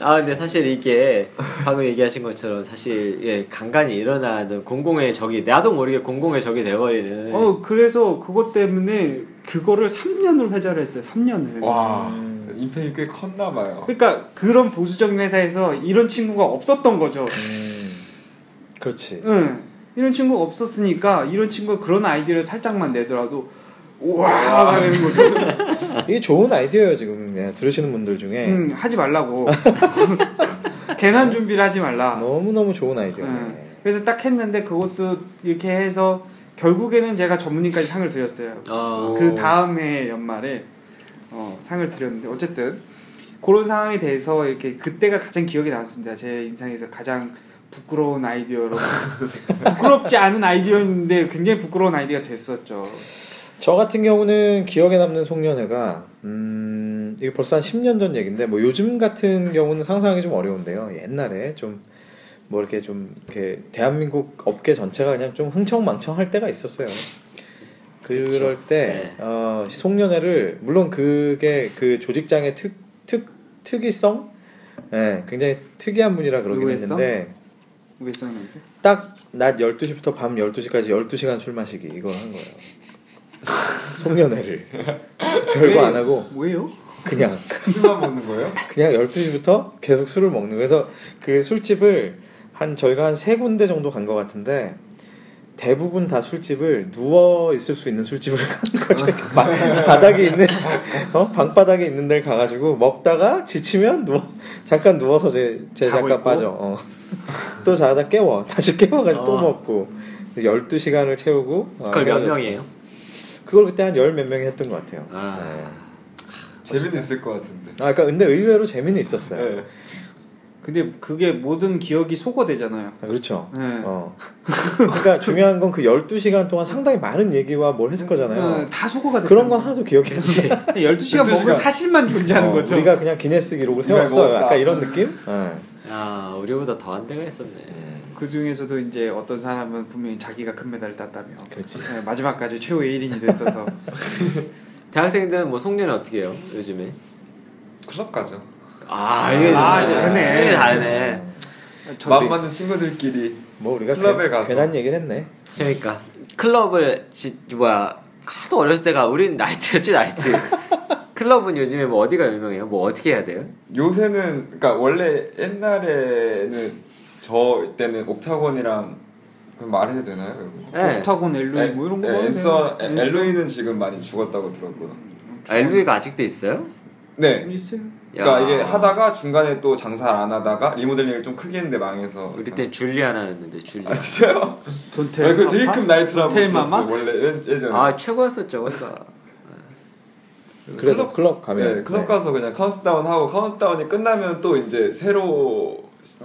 C: 아 근데 사실 이게 방금 얘기하신 것처럼 사실 예, 간간히 일어나는 공공의 적이 나도 모르게 공공의 적이
B: 네.
C: 돼버리는.
B: 어 그래서 그것 때문에 그거를 3년을 회자를 했어요. 3년을.
D: 와
A: 음.
D: 임팩이 꽤 컸나 봐요.
B: 그러니까 그런 보수적인 회사에서 이런 친구가 없었던 거죠.
A: 음, 그렇지.
B: 응. 이런 친구가 없었으니까 이런 친구가 그런 아이디어를 살짝만 내더라도 우와 하는 거죠.
A: 이게 좋은 아이디어예요 지금 예, 들으시는 분들 중에
B: 응, 음, 하지 말라고. [LAUGHS] 괜한 준비를 하지 말라.
A: 너무 너무 좋은 뭐, 예. 아이디어.
C: 음.
B: 응. 그래서 딱 했는데 그것도 이렇게 해서 결국에는 제가 전문인까지 상을 드렸어요.
A: 아.
C: 어,
B: 그 다음해 연말에 어, 상을 드렸는데 어쨌든 그런 상황에 대해서 이렇게 그때가 가장 기억에 남습니다. 제 인상에서 가장
A: [LAUGHS]
B: 부끄러운 아이디어로 부끄럽지 않은 아이디어인데 굉장히 부끄러운 아이디어가 됐었죠.
A: 저 같은 경우는 기억에 남는 송년회가 음 이게 벌써 한 10년 전 얘긴데 뭐 요즘 같은 경우는 상상하기 좀 어려운데요. 옛날에 좀 뭐 이렇게 좀 이렇게 대한민국 업계 전체가 그냥 좀 흥청망청할 때가 있었어요. 그럴
C: 그렇죠.
B: 네.
A: 때 어, 송년회를 물론 그게 그 조직장의 특 특 특이성, 예, 굉장히 특이한 분이라 그러긴
B: 의외성?
A: 했는데
B: 왜 썼는데?
A: 딱 낮 12시부터 밤 12시까지 12시간 술 마시기 이걸 한 거예요. 송년회를 별거 안 하고
B: 뭐예요?
A: 그냥
D: 술만 먹는
B: [LAUGHS]
D: 거예요?
A: 그냥 12시부터 계속 술을 먹는 거예요. 그래서 그 술집을 한 저희가 한 세 군데 정도 간 것 같은데 대부분 다 술집을 누워 있을 수 있는 술집을 [LAUGHS] 간 거죠. 바, 바닥에 있는 어? 방바닥에 있는 데를 가가지고 먹다가 지치면 누워 잠깐 누워서 제, 제
B: 자고
A: 잠깐
B: 있고?
A: 빠져. 어. 또 자다 깨워 다시 깨워가지고 또
C: 어.
A: 먹고 12시간을 채우고 어,
C: 아, 그걸 몇
A: 해가지고.
C: 명이에요?
A: 그걸 그때 한 열 몇 명이 했던 것 같아요.
C: 아.
A: 네.
D: 재밌었을 것 같은데.
A: 아, 그러니까 근데 의외로 재미는 있었어요.
D: 네.
B: 근데 그게 모든 기억이 소거되잖아요.
A: 아, 그렇죠.
B: 네.
A: 어. 그러니까 중요한 건 그 12시간 동안 상당히 많은 얘기와 뭘 했을 거잖아요.
B: 어, 다 소거가
A: 그런 건 하나도 기억이 안
C: 그치.
B: 12시간 먹은
D: 12시간.
B: 사실만 존재하는
A: 어,
B: 거죠.
A: 우리가 그냥 기네스 기록을
D: 이걸
A: 세웠어요.
D: 먹었다.
A: 약간 이런 느낌? 네.
C: 야, 아, 우리보다 더한 데가 있었네.
B: 그 중에서도 이제 어떤 사람은 분명히 자기가 금메달을 땄다며
A: 그렇지.
B: 네, 마지막까지 최후의
A: [LAUGHS]
B: 1인이 됐어서
C: 대학생들은 뭐 송년회 어떻게 해요? 요즘에?
D: 클럽 가죠.
C: 아, 이게
B: 아,
C: 진짜
B: 다르네.
C: 수준이 다르네.
D: 맘
B: 뭐
D: 맞는 친구들끼리
A: 뭐 우리가
D: 클럽에
A: 괜-
D: 가서.
A: 괜한 얘기를 했네.
C: 그러니까 클럽을 지, 뭐야 하도 어렸을 때가 우린 나이트였지 [LAUGHS] 나이트. 클럽은 요즘에 뭐 어디가 유명해요? 뭐 어떻게 해야 돼요?
D: 요새는 그러니까 원래 옛날에는 저 때는 옥타곤이랑 그 말해도 되나요? 여러분?
C: 예.
B: 옥타곤 엘로이 뭐 이런 거
D: 네,
B: 하는데.
D: 엔서
B: 엔서.
D: 엘로이는 지금 많이 죽었다고 들었고요.
C: 아, LV가 아직도 있어요?
D: 네.
B: 뭐 있어요.
D: 그러니까
C: 야.
D: 이게 하다가 중간에 또 장사를 안 하다가 리모델링을 좀 크게 했는데 망해서
C: 우리 때 줄리아나였는데 줄리아.
D: 아 진짜요?
B: 돈텔
D: 네, 아그 데이급 나이트라고
B: 호텔마마?
D: 들었어요, 원래 예- 예전에
C: 아 최고였었죠 우리가.
A: 그래서 클럽 가면
D: 네, 클럽
A: 네.
D: 가서 그냥 카운트다운 하고 카운트다운이 끝나면 또 이제 새로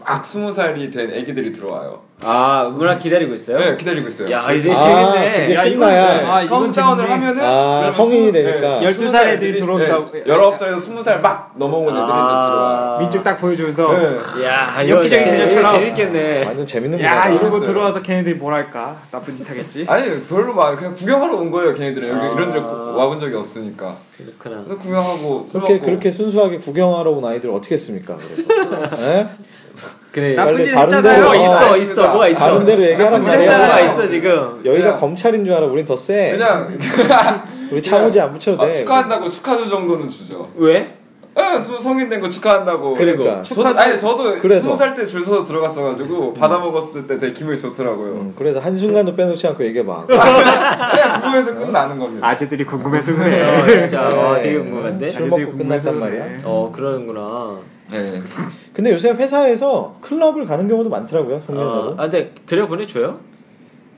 D: 악 스무 살이 된 애기들이 들어와요.
C: 아 문화 기다리고 있어요?
D: 네 기다리고 있어요.
C: 야 이제
A: 아,
C: 시작했네.
A: 그게-
C: 야,
A: 끝나야.
D: 네,
B: 아, 이건
D: 카운트다운을
B: 재밌네.
D: 하면은
A: 아,
D: 그러면
A: 성인이
D: 스무-
A: 되니까.
D: 네,
B: 12살
D: 스무
B: 애들이 들어온다고.
D: 네, 19살에서 20살 막 넘어온 애들이 네.
C: 아.
B: 민증 딱 보여주면서
D: 이제
C: 야 이거
B: 엽기적인
C: 진짜
B: 일처럼.
C: 재밌겠네.
A: 완전 재밌는
B: 야
A: 거다.
D: 이런-
B: 이러고
D: 알았어요.
B: 들어와서 걔네들이 뭐랄까 나쁜 짓 하겠지.
D: 들어와요. 아니 별로 막 그냥 구경하러 온 거예요 걔네들이 여기
C: 아.
D: 이런 데를 고- 와본 적이 없으니까
C: 그렇구나.
D: 그래서 구경하고 술
A: 그렇게
D: 먹고
A: 그렇게 순수하게 구경하러 온 아이들 어떻게 했습니까? 그래서 네?
C: 그래.
A: 나-
B: 나쁜
A: 빨리
B: 짓
A: 다른
B: 했잖아요.
A: 데로
C: 뭐가 있어
D: 아,
C: 있어 뭐가 있어.
A: 어, 다른 데로 얘기하란
C: 문제가 뭐가
A: 말이야.
C: 있어 지금.
A: 여기가
D: 그냥-
A: 검찰인 줄 알아. 우린 더 세.
D: 그냥
A: 네,
D: [LAUGHS]
A: 우리 참호지 안 붙여도
D: 아,
A: 돼.
D: 축하한다고 축하주 정도는 주죠.
C: 왜?
D: 예, 수- 성인 된 거 축하한다고.
A: 그리고
D: 그러니까. 저도-
A: 축하주-
D: 아니 저도
A: 그래서.
D: 스무 살 때 줄 서서 들어갔어가지고 받아 먹었을 때 되게 기분이 좋더라고요.
A: 음, 그래서 한 순간도 빼놓지 않고 얘기해봐.
D: 그냥 그거에서 끝나는 겁니다.
B: 아재들이 궁금해서
D: [LAUGHS]
B: 그래.
C: 어, 진짜 와, 되게
A: 네.
C: 궁금한데.
A: 술 먹고 끝났단 말이야.
C: 어 그러는구나.
D: 네.
A: 근데 요새 회사에서 클럽을 가는 경우도 많더라고요. 송년회로.
C: 어, 아 근데 들여 보내줘요?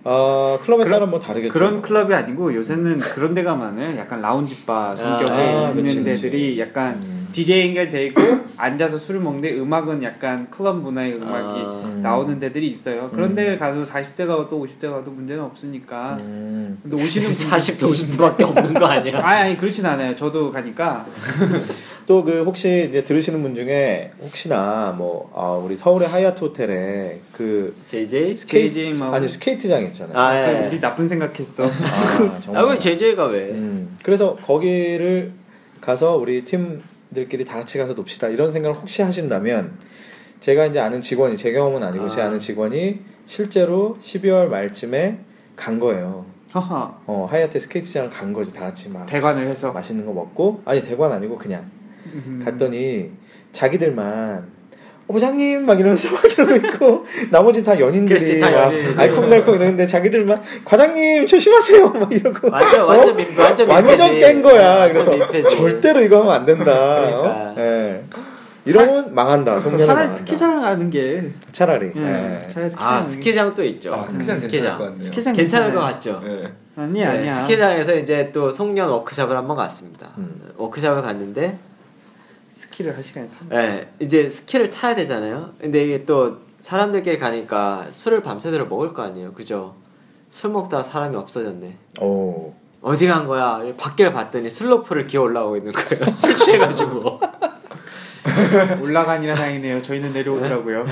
A: 아, 클럽에
B: 그런-
A: 따라 뭐 다르겠죠.
B: 그런 클럽이 아니고 요새는 그런 데가 많아요. 약간 라운지바 성격의
A: 아,
B: 있는
A: 그치, 그치.
B: 데들이 약간
A: 음.
B: DJ가 돼 있고 앉아서 술을 먹는데 음악은 약간 클럽 문화의 음악이
A: 음.
B: 나오는 데들이 있어요. 그런
A: 음.
B: 데 가도 40대 가도 50대 가도 문제는 없으니까.
A: 음.
B: 근데
C: [LAUGHS]
B: 오시는 분들
C: 40대 50대밖에 없는 거 아니야?
B: 아니 아니 그렇진 않아요. 저도 가니까
A: 또 그 혹시 이제 들으시는 분 중에 혹시나 뭐 아, 우리 서울의 하얏트 호텔에 그
C: JJ?
A: 스케이트
B: JJ 마을.
A: 아니 스케이트장 있잖아요.
C: 아
B: 우리
C: 예.
B: 나쁜 생각했어. [LAUGHS]
A: 아, 정말.
C: 아왜 JJ가 왜?
A: 음. 그래서 거기를 가서 우리 팀들끼리 다 같이 가서 놉시다 이런 생각을 혹시 하신다면 제가 이제 아는 직원이 제 경험은 아니고 제
C: 아.
A: 아는 직원이 실제로 12월 말쯤에 간 거예요.
B: 허허.
A: 어 하얏트 스케이트장을 간 거지 다 같이 막
B: 대관을 해서
A: 맛있는 거 먹고 아니 대관 아니고 그냥
B: 음.
A: 갔더니 자기들만 어, 부장님 막 이러면서 막 이러고 있고 [LAUGHS] 나머지 다 연인들이
C: 그렇지, 다
A: 막
C: 연인이지.
A: 알콩달콩 이러는데 자기들만 과장님 조심하세요 막 이러고
C: 완전
A: 어?
C: 완전 민 완전
A: 완전
C: 민폐지. 아,
A: 깬 거야
C: 완전
A: 그래서
C: 민폐지.
A: 절대로 이거 하면 안 된다 어?
C: 그러니까.
A: 예. 이러면 망한다 송년회
B: 차라리
A: 망한다.
B: 스키장 가는 게
A: 차라리
B: 음,
A: 예.
B: 차라리 스키장
C: 아
B: 가는 게-
C: 스키장 또 있죠.
D: 아, 스키장 괜찮을 것 같네요.
B: 스키장
C: 괜찮을 것
B: 괜찮아요.
C: 같죠.
D: 예.
B: 아니
C: 네,
B: 아니야
C: 스키장에서 이제 또 송년 워크숍을 한번 갔습니다.
A: 음.
C: 워크숍을 갔는데
B: 스키를 한 시간에 타
C: 네, 이제 스키를 타야 되잖아요. 근데 이게 또 사람들끼리 가니까 술을 밤새도록 먹을 거 아니에요. 그죠? 술 먹다가 사람이 없어졌네.
A: 오.
C: 어디 간 거야? 밖을 봤더니 슬로프를 기어 올라오고 있는 거예요. [LAUGHS] 술 취해가지고
B: 올라간이라 다행이네요 저희는 내려오더라고요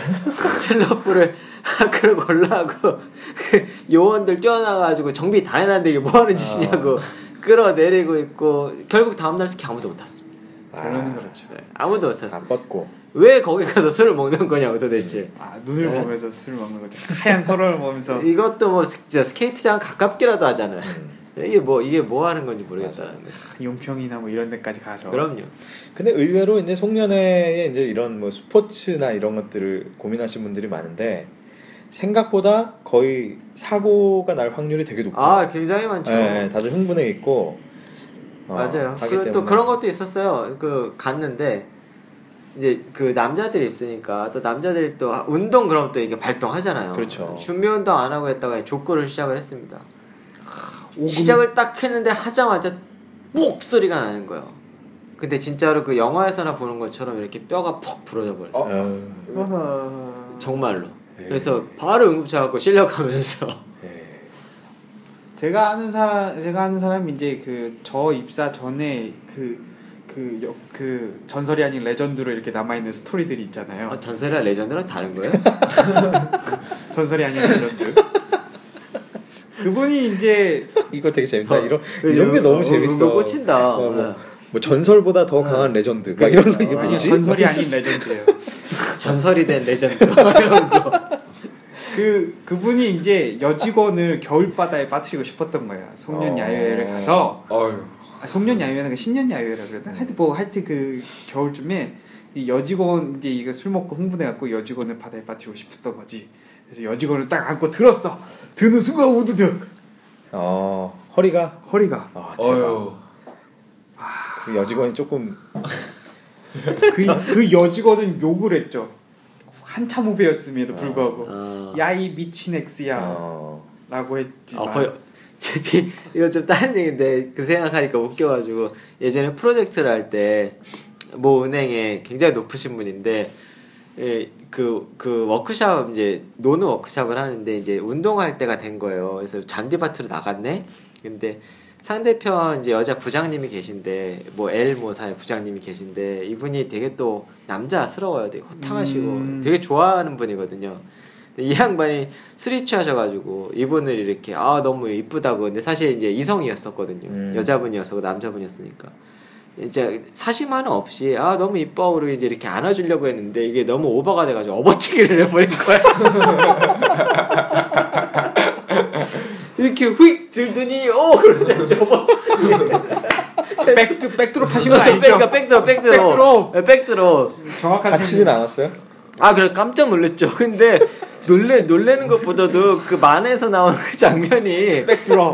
C: 슬로프를 아, 그러고 올라가고 그 요원들 뛰어나가지고 정비 다 해놨는데 이게 뭐 하는 짓이냐고 끌어내리고 있고 결국 다음날 스키 아무도 못 탔습니다.
B: 그런
A: 아,
B: 그렇죠
C: 네, 아무도 못 탔어.
A: 안 뻗고
C: 왜 거기 가서 술을 먹는 거냐고 도대체.
B: 아 눈을
C: 네.
B: 보면서 술 먹는 거죠 하얀 서로를 보면서
C: 이것도 뭐 스- 진짜 스케이트장 가깝기라도 하잖아요.
A: 음.
C: 이게 뭐 이게 뭐 하는 건지 모르겠다는 거지.
B: 용평이나 뭐 이런 데까지 가서
C: 그럼요.
A: 근데 의외로 이제 송년회에 이제 이런 뭐 스포츠나 이런 것들을 고민하시는 분들이 많은데 생각보다 거의 사고가 날 확률이 되게 높고
C: 아 굉장히 많죠.
A: 예, 다들 흥분해 있고 어,
C: 맞아요.
A: 하기
C: 그리고 또
A: 때문에.
C: 그런 것도 있었어요. 그 갔는데 이제 그 남자들이 있으니까 또 남자들이 또 아, 운동 그럼 또 이게 발동하잖아요.
A: 그렇죠.
C: 준비 운동 안 하고 했다가 족구를 시작을 했습니다.
A: 아,
B: 오금.
C: 시작을 딱 했는데 하자마자 목 소리가 나는 거예요. 근데 진짜로 그 영화에서나 보는 것처럼 이렇게 뼈가 퍽 부러져 버렸어요.
A: 어,
B: 어허.
C: 정말로.
A: 예.
C: 그래서 바로 응급차 갖고 실려가면서
A: 예.
B: 제가 아는 사람 제가 아는 사람 이제 그 저 입사 전에 그그 그, 그 전설이 아닌 레전드로 이렇게 남아 있는 스토리들이
A: 예.
B: 있잖아요.
C: 아, 전설이랑 레전드랑 다른 거예요?
B: 전설이 아닌 레전드. 그분이 이제
A: 이거 되게 재밌다.
C: 어,
A: 이런 이런 게
C: 어,
A: 너무
C: 이거
A: 재밌어.
C: 꽂힌다.
A: 어, 뭐, 뭐 전설보다 더 강한 레전드 막 이런 거 이게
C: 아,
B: 아니,
A: 뭐지?
B: 전설이 아닌 레전드예요.
C: 전설이 된 레전드 [LAUGHS] 이런 거.
B: 그 그분이 이제 여직원을 겨울바다에 빠뜨리고 싶었던 거야. 송년
A: 어.
B: 야외를 가서
D: 어휴.
B: 아, 송년 야외는 그 신년 야외라 그랬나?
C: 네.
B: 하여튼 뭐 하여튼 그 겨울쯤에 이 여직원 이제 이거 술 먹고 흥분해 갖고 여직원을 바다에 빠뜨리고 싶었던 거지. 그래서 여직원을 딱 안고 들었어. 드는 순간 우두둑
A: 어 허리가
B: 허리가
A: 아, 대박.
D: 어휴.
A: 그 여직원이 조금
B: 그, 그 여직원은 욕을 했죠. 한참 후배였음에도 불구하고
C: 어.
B: 야 이 미친 엑스야라고
A: 어,
B: 했지만
C: 아, 거의 제피 이거 좀 다른 얘기인데 그 생각하니까 웃겨가지고 예전에 프로젝트를 할 때 모 은행에 굉장히 높으신 분인데 예, 그, 그 워크샵 이제 노는 워크샵을 하는데 이제 운동할 때가 된 거예요. 그래서 잔디밭으로 나갔네. 근데 상대편 이제 여자 부장님이 계신데 뭐 L 모사의 부장님이 계신데 이분이 되게 또 남자스러워요. 되게 호탕하시고
B: 음.
C: 되게 좋아하는 분이거든요. 근데 이 양반이 술이 취하셔가지고 이분을 이렇게 아 너무 이쁘다고 근데 사실 이제 이성이었었거든요.
A: 음.
C: 여자분이었었고 남자분이었으니까. 이제 사심 하나 없이 아 너무 이뻐 그리고 이제 이렇게 안아주려고 했는데 이게 너무 오버가 돼가지고 업어치기를 [LAUGHS] 해버린 거야 이렇게 휙 들더니 어 그러네 이제 업어치기
B: 백두 백두로 파신 거 아니죠?
C: 그러니까 백드로 예, 백드로
B: 백드롭.
C: 백드로
B: 정확한
A: 다치진
B: 표현이-
A: 않았어요?
C: 아 그래 깜짝 놀랐죠 [LAUGHS] 근데 놀래 놀래는 것보다도 그 만에서 나오는 그 장면이
B: 백두로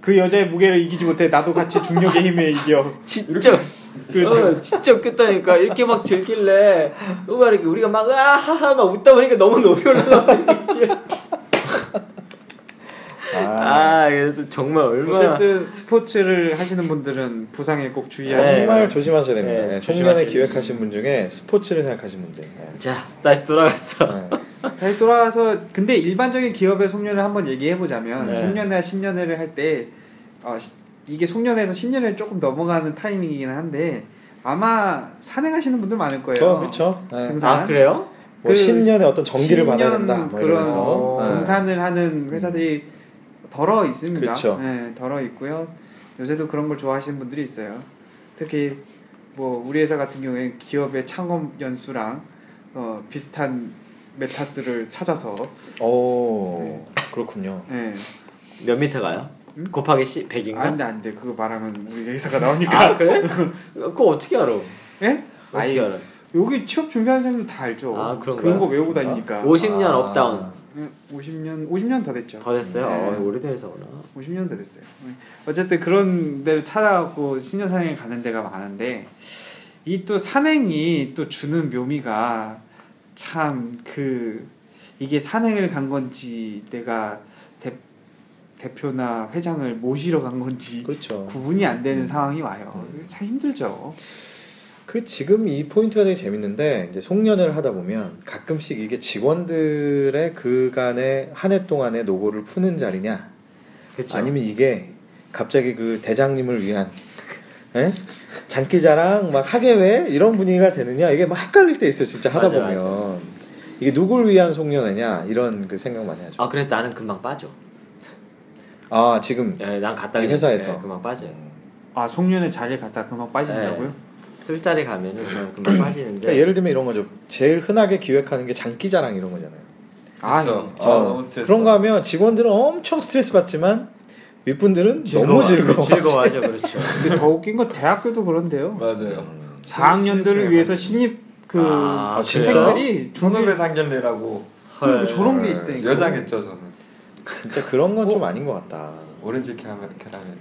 B: 그 여자의 무게를 이기지 못해 나도 같이 중력의 힘에 이겨.
C: 진짜 어, 진짜 웃겼다니까 이렇게 막 들길래 누가 이렇게 우리가 막 아하하 막 웃다 보니까 너무 높이 올라가서 있지
A: 아,
C: 아 그래서 정말 얼마나
B: 어쨌든 스포츠를 하시는 분들은 부상에 꼭 주의하시고
A: 정말
C: 네.
A: 조심하셔야 됩니다.
C: 네,
A: 네, 송년회
C: 조심하시-
A: 기획하신 분 중에 스포츠를 생각하신 분들. 네.
C: 자 다시 돌아갔어
A: 네.
B: 다시 돌아와서 근데 일반적인 기업의 송년회 한번 얘기해 보자면
C: 네.
B: 송년회와 신년회를 할 때 어, 이게 송년회에서 신년회 조금 넘어가는 타이밍이긴 한데 아마 산행하시는 분들 많을 거예요.
A: 어, 그렇죠. 네.
B: 등산.
C: 아 그래요?
A: 뭐
B: 그
A: 신년에 어떤 정기를 받아야
B: 신년
A: 된다. 뭐
B: 그런 어,
A: 이러면서. 네.
B: 등산을 하는 회사들이 덜어 있습니다.
A: 그렇죠.
B: 네, 덜어 있고요. 요새도 그런 걸 좋아하시는 분들이 있어요. 특히 뭐 우리 회사 같은 경우에 기업의 창업 연수랑 어, 비슷한 메타스를 찾아서
A: 오, 그렇군요.
B: 예, 아,
C: 몇 미터 가요?
B: 음?
C: 곱하기 10, 100인가?
B: 안돼 안돼 그거 말하면 우리 의사가
C: [LAUGHS]
B: 나오니까.
C: 아 그래? 그거 어떻게 알아?
B: 예?
C: 어떻게 알아?
B: 여기 취업 준비하는 사람들 다 알죠.
C: 아, 그런가요?
B: 그런 거 외우고 다니니까.
C: 50년
D: 아.
C: 업다운
B: 음, 50년 50년 더 됐죠.
C: 더 됐어요?
B: 네.
C: 어, 오래된 회사구나
B: 50년 더 됐어요. 음. 어쨌든 그런 데를 찾아갖고 신년사행을 가는 데가 많은데 이 또 산행이 또 주는 묘미가 참 그 이게 산행을 간 건지 내가 대, 대표나 회장을 모시러 간 건지
A: 그렇죠.
B: 구분이 안 되는 상황이 와요.
D: 음.
B: 참 힘들죠.
A: 그 지금 이 포인트가 되게 재밌는데 이제 송년회를 하다 보면 가끔씩 이게 직원들의 그간의 한 해 동안의 노고를 푸는 자리냐
C: 그쵸
A: 아니면 이게 갑자기 그 대장님을 위한 예? 장기자랑 막 하계회 이런 분위기가 되느냐 이게 막 헷갈릴 때 있어요 진짜 하다
C: 맞아요,
A: 보면
C: 맞아요,
A: 이게 누굴 위한 송년회냐 이런 그 생각 많이 하죠.
C: 아 그래서 나는 금방 빠져
A: 아 지금
C: 예, 난 갔다
A: 이
C: 그냥,
A: 회사에서.
C: 예, 금방 빠져요
B: 아 송년회 자리에 갔다 금방 빠진다고요?
D: 네.
C: 술자리 가면은 그냥 금방 빠지는데
A: 그러니까 예를 들면 이런 거죠. 제일 흔하게 기획하는 게 장기자랑 이런 거잖아요.
B: 아,
D: 그쵸. 아,
A: 어,
D: 너무 스트레스.
A: 그런 거 하면 직원들은 엄청 스트레스 받지만 윗분들은 너무 즐거워.
C: 즐거워하죠 그렇죠
B: 근데 더 웃긴 건 대학교도 그런데요.
D: 맞아요.
B: 4학년들을
D: 신입생
B: 위해서
D: 많이.
B: 신입 그
C: 아,
B: 학생들이
D: 존업의 상견례라고
B: 그리고 뭐 저런 게
A: 헐.
D: 네,
B: 있다니까.
D: 여장했죠 저는
A: [LAUGHS] 진짜 그런
D: 어?
A: 건 좀 아닌 것 같다.
D: 오렌지 캐러멜 캐러멜을.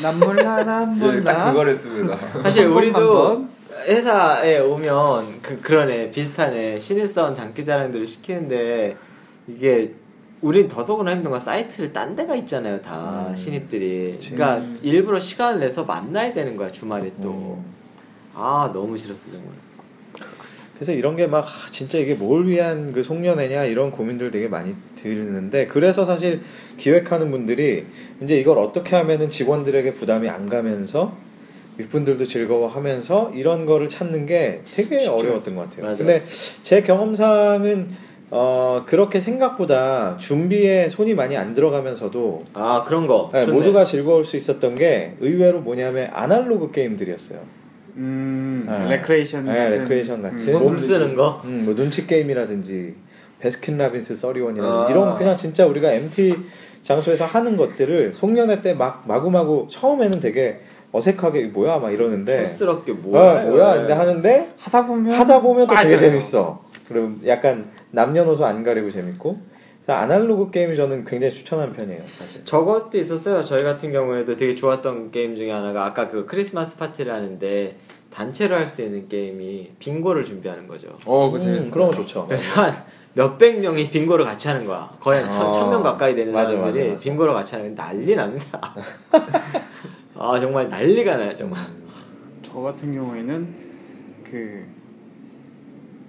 B: 난 몰라 난 몰라.
D: 예, 딱 그걸 했습니다. [LAUGHS]
C: 사실
B: 한 번만
C: 우리도
B: 번.
C: 회사에 오면 그 그러네 비슷한 애 신입사원 장기자랑들을 시키는데 이게 우린 더더구나 힘든 건 사이트를 딴 데가 있잖아요 다
A: 음.
C: 신입들이
A: 그치.
C: 그러니까
B: 음.
C: 일부러 시간을 내서 만나야 되는 거야 주말에
A: 음.
C: 또 아 너무 싫었어 정말
A: 그래서 이런 게 막 아, 진짜 이게 뭘 위한 그 송년회냐 이런 고민들 되게 많이 드는데 그래서 사실 기획하는 분들이 이제 이걸 어떻게 하면은 직원들에게 부담이 안 가면서 윗분들도 즐거워하면서 이런 거를 찾는 게 되게
B: 쉽죠.
A: 어려웠던 것 같아요.
C: 맞아요.
A: 근데 제 경험상은 어 그렇게 생각보다 준비에 손이 많이 안 들어가면서도
C: 아 그런 거
A: 네,
C: 좋네.
A: 모두가 즐거울 수 있었던 게 의외로 뭐냐면 아날로그 게임들이었어요.
B: 음
A: 네.
B: 레크레이션
A: 네,
B: 같은
A: 레크레이션 같은.
B: 음,
C: 몸 쓰는 거
A: 음, 뭐 눈치 게임이라든지 베스킨 라빈스 써리원이라든지
D: 아.
A: 이런 그냥 진짜 우리가 MT 장소에서 하는 것들을 송년회 때 막 마구마구 처음에는 되게 어색하게 이거 뭐야 막 이러는데
C: 촌스럽게 뭐야 네.
A: 어, 네. 뭐야 근데 하는데
B: 하다 보면
A: 하다 보면 또 되게
B: 빠져요.
A: 재밌어. 그럼 약간 남녀노소 안 가리고 재밌고 그래서 아날로그 게임이 저는 굉장히 추천하는 편이에요 사실.
C: 저것도 있었어요. 저희 같은 경우에도 되게 좋았던 게임 중에 하나가 아까 그 크리스마스 파티를 하는데 단체로 할 수 있는 게임이 빙고를 준비하는 거죠. 네.
D: 어,
A: 음, 그런 거 좋죠.
C: 그래서 한 몇백 명이 빙고를 같이 하는 거야. 거의 한 천,
A: 아.
C: 천명 가까이 되는
A: 맞아,
C: 사람들이
A: 맞아, 맞아.
C: 빙고를 같이 하는데 난리
A: [LAUGHS]
C: 납니다. 아 정말 난리가 나요 정말.
A: 음.
B: 저 같은 경우에는 그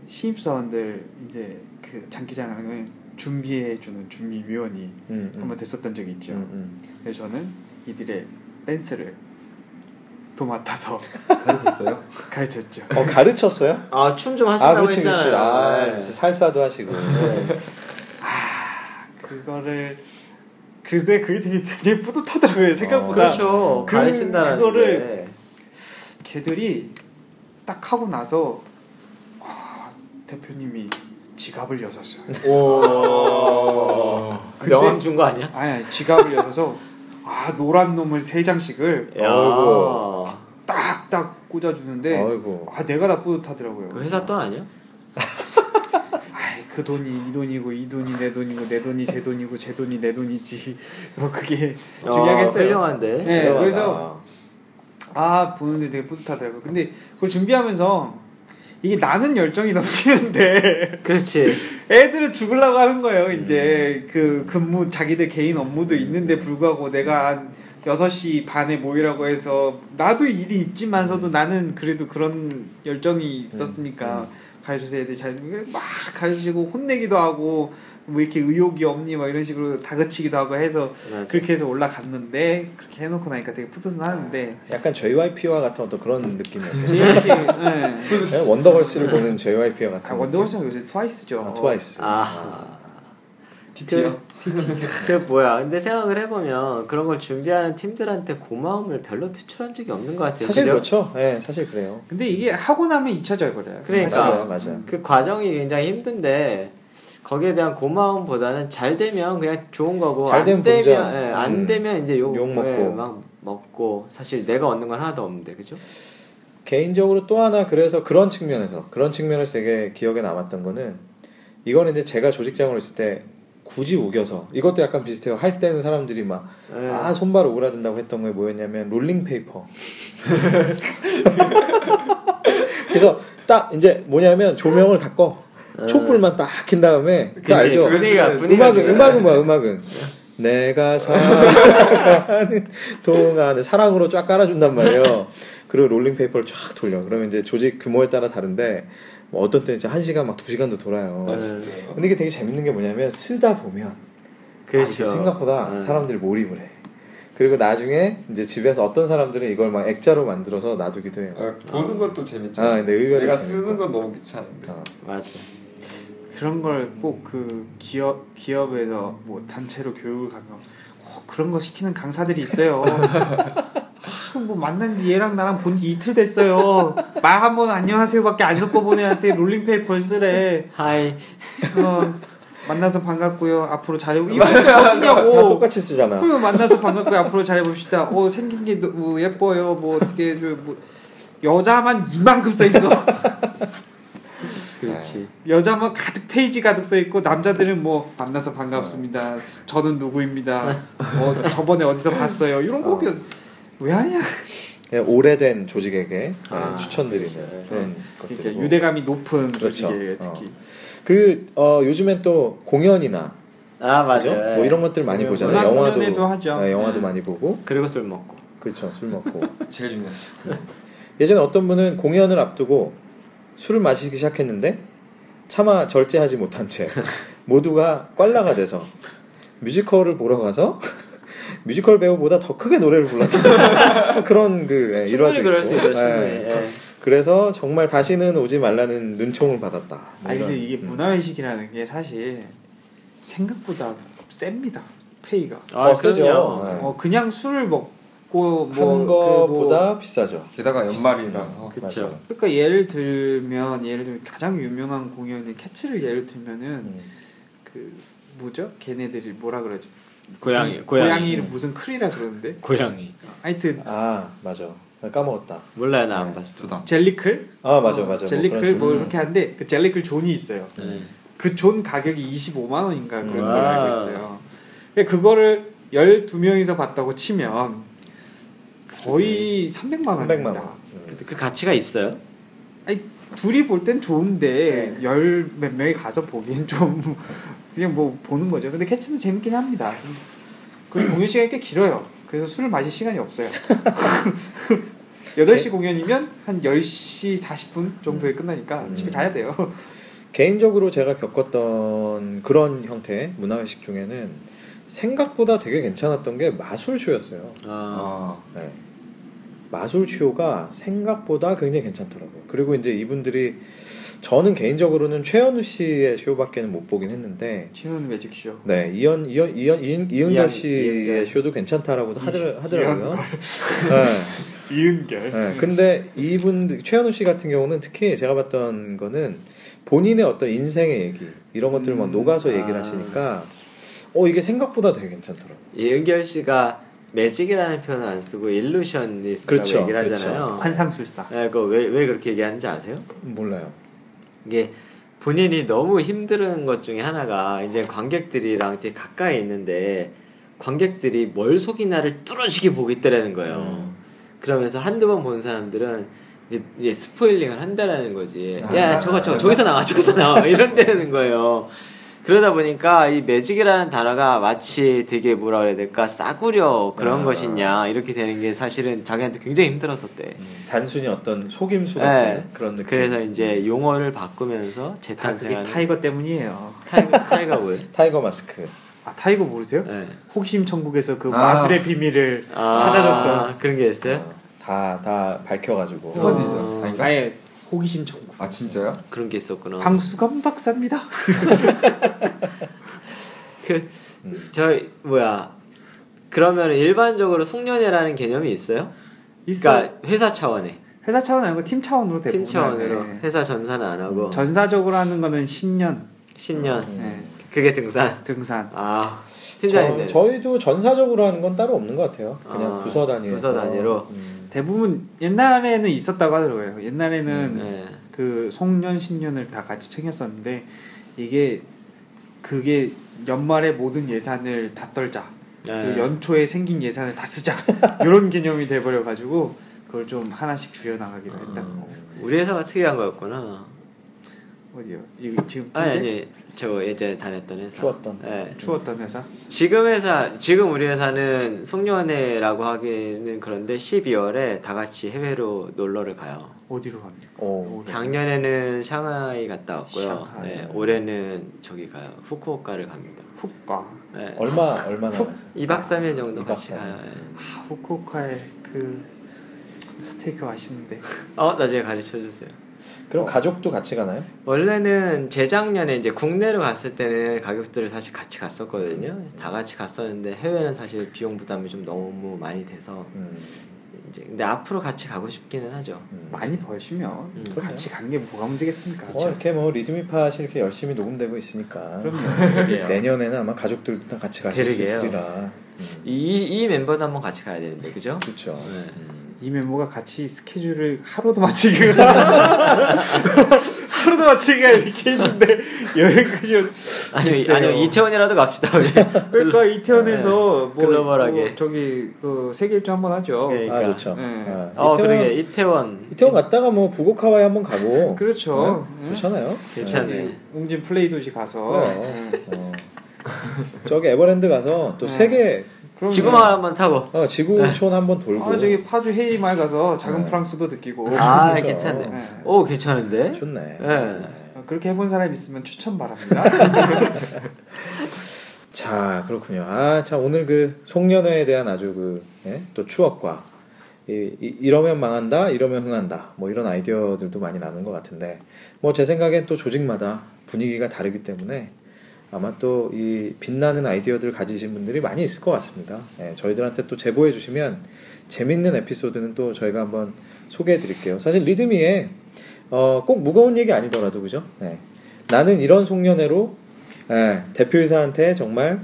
B: 신입사원들 이제 그 장기장을 준비해 주는 준비위원이
A: 음, 음.
B: 한번 됐었던 적이 있죠.
A: 음, 음.
B: 그래서 저는 이들의 댄스를 도맡아서
D: 가르쳤어요?
B: 가르쳤죠.
A: 어 가르쳤어요?
C: 아 춤 좀
A: 아
C: 하신다고
A: 그렇지 그렇지.
C: 했잖아요.
A: 아
C: 네.
A: 그렇지. 살사도 하시고.
B: 그거를 근데 그게 되게 굉장히 뿌듯하더라고요
A: 어,
B: 생각보다
C: 아, 그렇죠.
B: 그-
C: 가르친다는
B: 그거를
C: 게.
B: 걔들이 딱 하고 나서 아, 대표님이 지갑을 여셨어요
D: 오.
B: 그때-
C: [LAUGHS] 명함 준 거 아니야?
B: 아니 아니 지갑을 여셔서 아 노란 놈을 세 장씩을
A: 아이고.
C: 야.
B: 딱딱 꽂아주는데
A: 어이구.
B: 아 내가 다 뿌듯하더라고요
C: 그 회사 돈 아니야?
B: 아이, 그 돈이 이 돈이고 이 돈이 내 돈이고 내 돈이 제 돈이고 제 돈이 내 돈이지 [LAUGHS] 뭐 그게
C: 아,
B: 중요하겠어요
C: 훌륭한데.
B: 네,
A: 대단하다.
B: 그래서 아 보는데 되게 뿌듯하더라고요. 근데 그걸 준비하면서 이게 나는 열정이 [LAUGHS] 넘치는데
C: 그렇지.
B: 애들을 죽으려고 하는 거예요. 이제 그 근무 자기들 개인 업무도 있는데 불구하고 내가 한 6시 반에 모이라고 해서 나도 일이 있지만서도 나는 그래도 그런 열정이 있었으니까 가르쳐서 애들 잘 그래 막 가르치고 혼내기도 하고 뭐 이렇게 의욕이 없니 막 이런 식으로 다그치기도 하고 해서 그렇게 해서 올라갔는데 그렇게 해놓고 나니까 되게 뿌듯은 하는데
A: 약간 JYP와 같은 어떤 그런 느낌이었죠.
B: JYP
D: 네.
B: 예.
A: 그냥 원더걸스를 보는 JYP와 같은.
B: 아 원더걸스는 요새 트와이스죠.
A: 아, 트와이스.
C: 아.
D: DT요?
C: 그 뭐야? 근데 생각을 해보면 그런 걸 준비하는 팀들한테 고마움을 별로 표출한 적이 없는 것 같아요.
A: 사실
C: 그죠?
A: 그렇죠. 예, 사실 그래요.
B: 근데 이게 하고 나면 잊혀져 버려요.
C: 그러니까.
A: 맞아요, 맞아요.
C: 그 과정이 굉장히 힘든데 거기에 대한 고마움보다는 잘 되면 그냥 좋은 거고
A: 잘
C: 안
A: 되면
C: 되면
A: 본전.
C: 예, 안
A: 음.
C: 되면 이제 욕,
A: 욕 먹고.
C: 예, 막 먹고 사실 내가 얻는 건 하나도 없는데 그죠?
A: 개인적으로 또 하나 그래서 그런 측면에서 그런 측면에서 되게 기억에 남았던 거는 이건 이제 제가 조직장으로 있을 때 굳이 우겨서 이것도 약간 비슷해요. 할 때는 사람들이 막
C: 예.
A: 아 손발 오그라든다고 했던 게 뭐였냐면 롤링
C: [LAUGHS]
A: 페이퍼. 그래서 딱 이제 뭐냐면 조명을 다 꺼.
C: 음.
A: 촛불만 딱 킨 다음에 그
C: 그치,
A: 알죠?
C: 분위기가
D: 음악은-
C: 분위기가
A: 음악은
C: 중요해. 네.
A: 음악은 뭐야 음악은 내가 사랑하는 [LAUGHS] 동안에 사랑으로 쫙 깔아준단
C: [LAUGHS]
A: 말이에요 그리고 롤링페이퍼를 쫙 돌려 그러면 이제 조직 규모에 따라 다른데 뭐 어떤 때는 이제 한 시간 막 두 시간도 돌아요
D: 아 진짜요?
A: 근데 이게 되게 재밌는 게 뭐냐면 쓰다 보면
C: 그렇죠.
A: 아, 이게 생각보다
C: 음.
A: 사람들이 몰입을 해 그리고 나중에 이제 집에서 어떤 사람들은 이걸 막 액자로 만들어서 놔두기도 해요
D: 아, 보는 것도 재밌죠.
A: 아 근데 의외로
D: 내가
A: 재밌고.
D: 쓰는 건 너무 귀찮은데.
A: 어.
C: 맞아.
B: 그런 걸 꼭 그 기업 기업에서 뭐 단체로 교육을 가면 꼭 그런 거 시키는 강사들이 있어요. 아, 뭐 만난 지 얘랑 나랑 본 지 이틀 됐어요. 말 한 번 안녕하세요밖에 안 섞어본 애한테 롤링페이퍼 쓰래.
A: 네.
C: 하이
B: 어, 만나서 반갑고요. 앞으로 잘해보. 이거 뭐
A: 다
B: 쓰냐고.
A: 똑같이 쓰잖아
B: 그럼 만나서 반갑고요. 앞으로 잘해봅시다. 어 생긴 게 뭐 예뻐요. 뭐 어떻게 해줘요. 뭐 여자만 이만큼 써 있어. [LAUGHS]
C: 그렇지.
B: 여자만 가득 페이지 가득 써 있고 남자들은 뭐 만나서 반갑습니다. 저는 누구입니다. 어, 저번에 어디서 봤어요. 이런
A: 어.
B: 거왜 하냐?
A: 예, 오래된 조직에게
C: 아,
A: 예, 추천드리는
C: 그렇죠.
A: 그런
B: 그러니까
A: 것들.
B: 유대감이 높은
A: 그렇죠.
B: 조직에 특히
A: 그 어, 요즘엔 또 공연이나
C: 아 맞아.
A: 그죠? 뭐 이런 것들 많이
C: 공연,
A: 보잖아요.
B: 문화
A: 영화도
B: 공연에도 하죠.
A: 예, 영화도
B: 네.
A: 많이 보고
C: 그리고 술 먹고.
A: 그렇죠 술 먹고
D: 제일 중요하죠.
A: 예전에 어떤 분은 공연을 앞두고 술을 마시기 시작했는데 차마 절제하지 못한 채 모두가 꽐라가 돼서 뮤지컬을 보러 가서 [LAUGHS] 뮤지컬 배우보다 더 크게 노래를 불렀던 [LAUGHS] 그런 그 예,
C: 충분히
A: 일화도
C: 그럴
A: 있고.
C: 수 있어. 충분히.
A: 예.
C: 예.
A: 그래서 정말 다시는 오지 말라는 눈총을 받았다. 뭐
B: 아니 근데
A: 이런.
B: 이게
A: 음.
B: 문화의식이라는 게 사실 생각보다 셉니다. 페이가.
C: 아
A: 어, 그죠.
C: 그럼요.
A: 네.
B: 어, 그냥 술을 먹고 뭐
A: 하는
B: 그
A: 것보다
B: 뭐-
A: 비싸죠.
D: 게다가 연말이라서
C: 그쵸.
A: 맞아요.
B: 그러니까 예를 들면 예를 들면 가장 유명한 공연인 캐치를 예를 들면은
A: 음.
B: 그 뭐죠? 걔네들이 뭐라 그러지?
C: 고양이,
B: 무슨-
C: 고양이. 음.
B: 고양이를 무슨 크리라 그러는데
C: 고양이.
B: 하여튼
A: 아 맞아. 나 까먹었다.
C: 몰라요 나 안
D: 네,
C: 봤어.
D: 저도 안
B: 젤리클
A: 아 맞아
B: 어,
A: 맞아.
B: 젤리클 뭐,
A: 뭐 그런
B: 이렇게 하는데 그 젤리클 존이 있어요
C: 네.
B: 그 존 가격이 25만 원인가 그런 걸
C: 와.
B: 알고 있어요 근데 그거를 12명이서 봤다고 치면 거의 300만
A: 식으로. 300만 원.
B: 원입니다
A: 음.
C: 근데 그 가치가 있어요?
B: 둘이 볼 땐 좋은데 열 몇 명이 가서 보기엔 좀 [LAUGHS] 그냥 뭐 보는 거죠 근데 캐치는 재밌긴 합니다 좀- 그리고 공연 시간이 꽤 길어요 그래서 술을 마실 시간이 없어요 [LAUGHS] 8시 공연이면 한 10시 40분 정도에 끝나니까
A: 음.
B: 집에 가야 돼요 [LAUGHS]
A: 개인적으로 제가 겪었던 그런 형태의 문화의식 중에는 생각보다 되게 괜찮았던 게 마술쇼였어요.
C: 아,
D: 아,
A: 네. 마술쇼가 생각보다 굉장히 괜찮더라고요. 그리고 이제 이분들이 저는 개인적으로는 최현우 씨의 쇼밖에는 못 보긴 했는데
B: 최훈 매직쇼
A: 네 이현 이현 이현 이은, 이은결
C: 이현-
A: 씨의
C: 이은결.
A: 쇼도 괜찮다라고도 하더라, 하더라고요. 네,
B: 이은결
A: 네. 근데 이분 최현우 씨 같은 경우는 특히 제가 봤던 거는 본인의 어떤 인생의 얘기 이런 것들을 막
B: 음,
A: 녹아서 얘기를
C: 아.
A: 하시니까 어 이게 생각보다 되게 괜찮더라고요.
C: 이은결 씨가 매직이라는 표현을 안 쓰고 일루션리스트라고
A: 그렇죠,
C: 얘기를
A: 그렇죠.
C: 하잖아요.
B: 환상술사
C: 예, 그거 왜, 왜 그렇게 얘기하는지 아세요?
A: 몰라요.
C: 이게 본인이 너무 힘든 것 중에 하나가 이제 관객들이랑 되게 가까이 있는데 관객들이 뭘 속이나를 뚜렷이 보고 있다라는 거예요.
A: 음.
C: 그러면서 한두 번 본 사람들은 이제- 이제 스포일링을 한다라는 거지.
A: 아.
C: 야, 저거 저거 저기서 나와, 저기서 나와 이런다는 거예요. 그러다 보니까 이 매직이라는 단어가 마치 되게 뭐라 그래야 될까 싸구려 그런
A: 아.
C: 것이냐 이렇게 되는 게 사실은 자기한테 굉장히 힘들었었대.
A: 음, 단순히 어떤 속임수
C: 네.
A: 같은 그런 느낌.
C: 그래서 이제 용어를
B: 다
C: 바꾸면서
B: 그게
C: 재탄생하는
B: 타이거 때문이에요
C: 타이, 가 뭐예요?
A: 타이거 마스크. 어,
B: 아 타이거 모르세요?
C: 네.
B: 호기심 천국에서 그
D: 아.
B: 마술의 비밀을
C: 아,
B: 찾아줬던.
C: 그런 게
A: 네?
C: 있어요?
A: 다다 밝혀가지고.
D: 스펀지죠.
C: 어.
D: 아닌가?
B: 아예 호기심 천국
D: 아 진짜요?
C: 그런 게 있었구나.
B: 방수감 박사입니다
A: 음.
C: 저 뭐야? 그러면 일반적으로 송년회라는 개념이 있어요?
B: 있어
C: 그러니까 회사 차원에
B: 회사 차원 아니고 팀 차원으로 대부분 네,
C: 팀 차원으로
B: 하는데
C: 회사 전사는 안 하고
B: 전사적으로 하는 거는 신년
C: 신년
B: 네.
C: 그게 등산
B: 등산.
C: 아 팀장인데
A: 저, 희도 전사적으로 하는 건 따로 없는 것 같아요. 그냥
C: 아,
A: 부서 단위에서.
C: 부서 단위로?
A: 음.
B: 대부분 옛날에는 있었다고 하더라고요. 옛날에는
C: 네.
B: 그 송년 신년을 다 같이 챙겼었는데 이게 그게 연말에 모든 예산을 다 떨자.
C: 네.
B: 그리고 연초에 생긴 예산을 다 쓰자. [LAUGHS] 이런 개념이 돼 버려 가지고 그걸 좀 하나씩 줄여 나가기로 했다고.
C: 우리 회사가 특이한 거였구나
B: 어디요? 이거 지금
C: 아니
B: 현재
C: 아니 저 예전에 다녔던 회사
A: 좋았던.
C: 네.
B: 추웠던 회사?
C: 지금 회사 지금 우리 회사는 송년회라고 하기는 그런데 12월에 다 같이 해외로 놀러를 가요.
B: 어디로 갑니까?
A: 오.
C: 작년에는 샹하이 갔다 왔고요.
B: 샹하이.
C: 네, 올해는 저기 가요. 후쿠오카를 갑니다.
B: 후쿠오카.
C: 네.
A: 얼마 얼마 나왔어요?
C: 2박 3일 정도
A: 어. 이박
C: 같이
A: 삼일.
C: 가요. 네.
B: 아, 후쿠오카의 그 스테이크 맛있는데.
C: 어, 나중에 가르쳐 주세요.
A: 그럼 가족도 같이 가나요?
C: 원래는 재작년에 이제 국내로 갔을 때는 가격들을 사실 같이 갔었거든요. 다 같이 갔었는데 해외는 사실 비용 부담이 좀 너무 많이 돼서
A: 음.
C: 이제 근데 앞으로 같이 가고 싶기는 하죠.
A: [LAUGHS] 음.
B: 많이 벌시면
C: 음,
B: 같이 가는 게 뭐가 문제겠습니까?
A: 어, 이렇게 뭐 리드미팟이 이렇게 열심히 녹음되고 있으니까
B: 그렇죠? 그럼요.
C: 그러게요.
A: 내년에는 아마 가족들도 다 같이 가실
C: 그러게요.
A: 수 있으리라. 음.
C: 이, 이 멤버도 한번 같이 가야 되는데 그죠?
A: 그렇죠.
C: 네. [LAUGHS]
A: 음.
B: 이 멤버가 같이 스케줄을 하루도 맞추기가 하루도 맞추기가 이렇게 있는데 여행까지
C: 아니
B: 글쎄요.
C: 아니요 이태원이라도 갑시다 [LAUGHS] 우리.
B: 그러니까 이태원에서 뭐
C: 글로벌하게.
B: 뭐 저기 그 세계 일주 한번 하죠.
C: 네. 그러니까.
A: 아 좋죠.
B: 네.
A: 아,
C: 어
A: 이태원-
C: 그러게 이태원.
A: 이태원 갔다가 뭐 북옥 하와이 한번 가고
B: 그렇죠.
A: 네?
B: 응?
A: 괜찮아요?
C: 괜찮네.
B: 저기 웅진 플레이 도시 가서
A: 그래요. 어. 저기 에버랜드 가서 또
B: 네.
A: 세계
B: 그럼
C: 지구만 한번 타고.
A: 어, 지구촌 한번 돌고
B: 아 저기 파주 헤이마을 가서 작은
A: 네.
B: 프랑스도 느끼고
C: 아
A: 그렇죠.
C: 괜찮네.
B: 네.
C: 오 괜찮은데.
A: 좋네.
C: 네.
B: 그렇게 해본 사람 있으면 추천 바랍니다.
A: 자 그렇군요. 아참 오늘 그 송년회에 대한 아주 그 또 추억과 이, 이- 이러면 망한다, 이러면 흥한다, 뭐 이런 아이디어들도 많이 나는 것 같은데 뭐 제 생각엔 또 조직마다 분위기가 다르기 때문에 아마 또 이 빛나는 아이디어들을 가지신 분들이 많이 있을 것 같습니다. 예, 저희들한테 또 제보해 주시면 재밌는 에피소드는 또 저희가 한번 소개해 드릴게요. 사실 리드미에 어, 꼭 무거운 얘기 아니더라도 그죠? 예. 나는 이런 송년회로 예, 대표이사한테 정말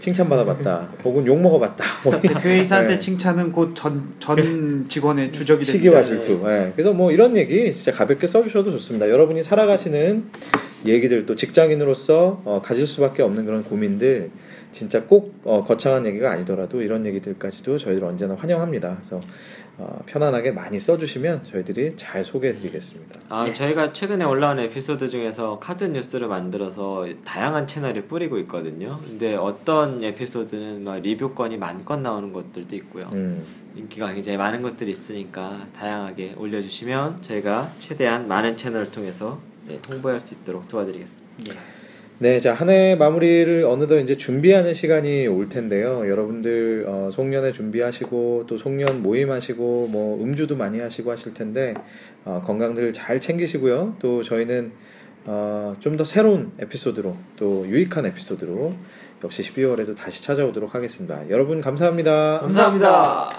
A: 칭찬받아봤다. 혹은 욕 먹어봤다. 뭐 이런
B: 대표이사한테
A: 네.
B: 칭찬은 곧 전 전
A: [LAUGHS]
B: 직원의 주적이 됩니다.
A: 시기와
B: 네.
A: 질투. 예. 그래서 뭐 이런 얘기 진짜 가볍게 써주셔도 좋습니다. 여러분이 살아가시는 얘기들 또 직장인으로서 어, 가질 수밖에 없는 그런 고민들 진짜 꼭 어, 거창한 얘기가 아니더라도 이런 얘기들까지도 저희들 언제나 환영합니다. 그래서 어, 편안하게 많이 써주시면 저희들이 잘 소개해드리겠습니다.
C: 아 저희가 최근에 올라온 에피소드 중에서 카드 뉴스를 만들어서 다양한 채널에 뿌리고 있거든요. 근데 어떤 에피소드는 막 리뷰권이 만 건 나오는 것들도 있고요.
A: 음,
C: 인기가 굉장히 많은 것들이 있으니까 다양하게 올려주시면 저희가 최대한 많은 채널을 통해서 네, 홍보할 수 있도록 도와드리겠습니다.
A: 네, 자, 한 해 마무리를 어느덧 이제 준비하는 시간이 올 텐데요. 여러분들, 어, 송년회 준비하시고, 또 송년 모임하시고, 뭐, 음주도 많이 하시고 하실 텐데, 어, 건강들 잘 챙기시고요. 또 저희는, 어, 좀 더 새로운 에피소드로, 또 유익한 에피소드로, 역시 12월에도 다시 찾아오도록 하겠습니다. 여러분, 감사합니다.
C: 감사합니다.